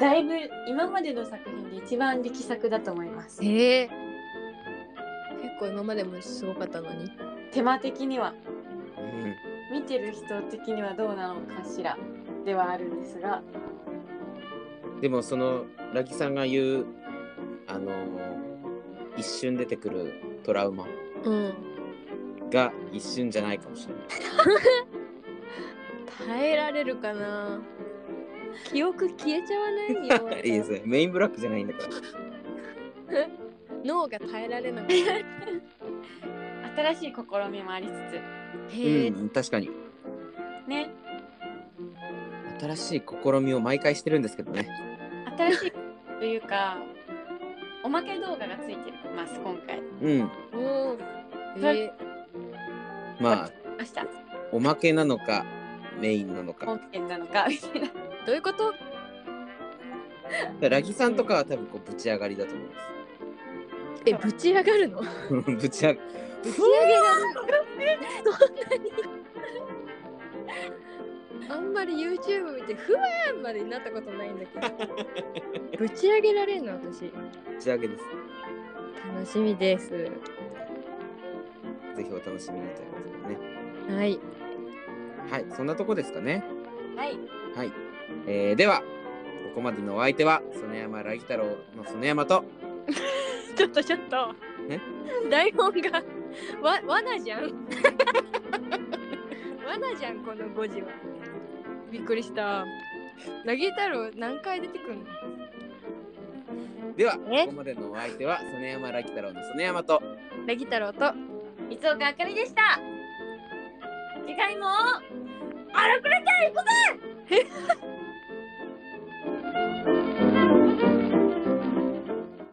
だいぶ今までの作品で一番力作だと思いますええ結構今までもすごかったのに。手間的にはうん、見てる人的にはどうなのかしらではあるんですがでもそのラキさんが言うあのー一瞬出てくるトラウマうん。が一瞬じゃないかもしれない耐えられるかな記憶消えちゃわ ないよ いいですねメインブラックじゃないんだから脳が耐えられなく なる新しい試みもありつへえ、うん確かにつね新しい試みを毎回してるんですけどね新しいというか おまけ動画がついてます今回うんうん、はいえまあ明日おまけなのかメインなのか本編なのかみたいなどういうことラキさんとかは多分こうぶち上がりだと思いますえぶち上がる のぶち上げぶち上げられるのそんなにあんまり YouTube 見てふわーんまでになったことないんだけどぶち上げられるの私ぶち上げです。楽しみですぜひお楽しみにということでね。はいはい、そんなとこですかね。 はいはい。えーでは、ここまでのお相手は、曽根山ラギ太郎の曽根山と、ちょっとちょっとえ台本が わ罠 じゃん罠じゃんこの5時はびっくりしたなぎ太郎何回出てくんのでは、こえこまでのお相手は、曽根山ラキ太郎の曽根山と、なぎ太郎と三岡あかりでした次回も荒くれていくぞ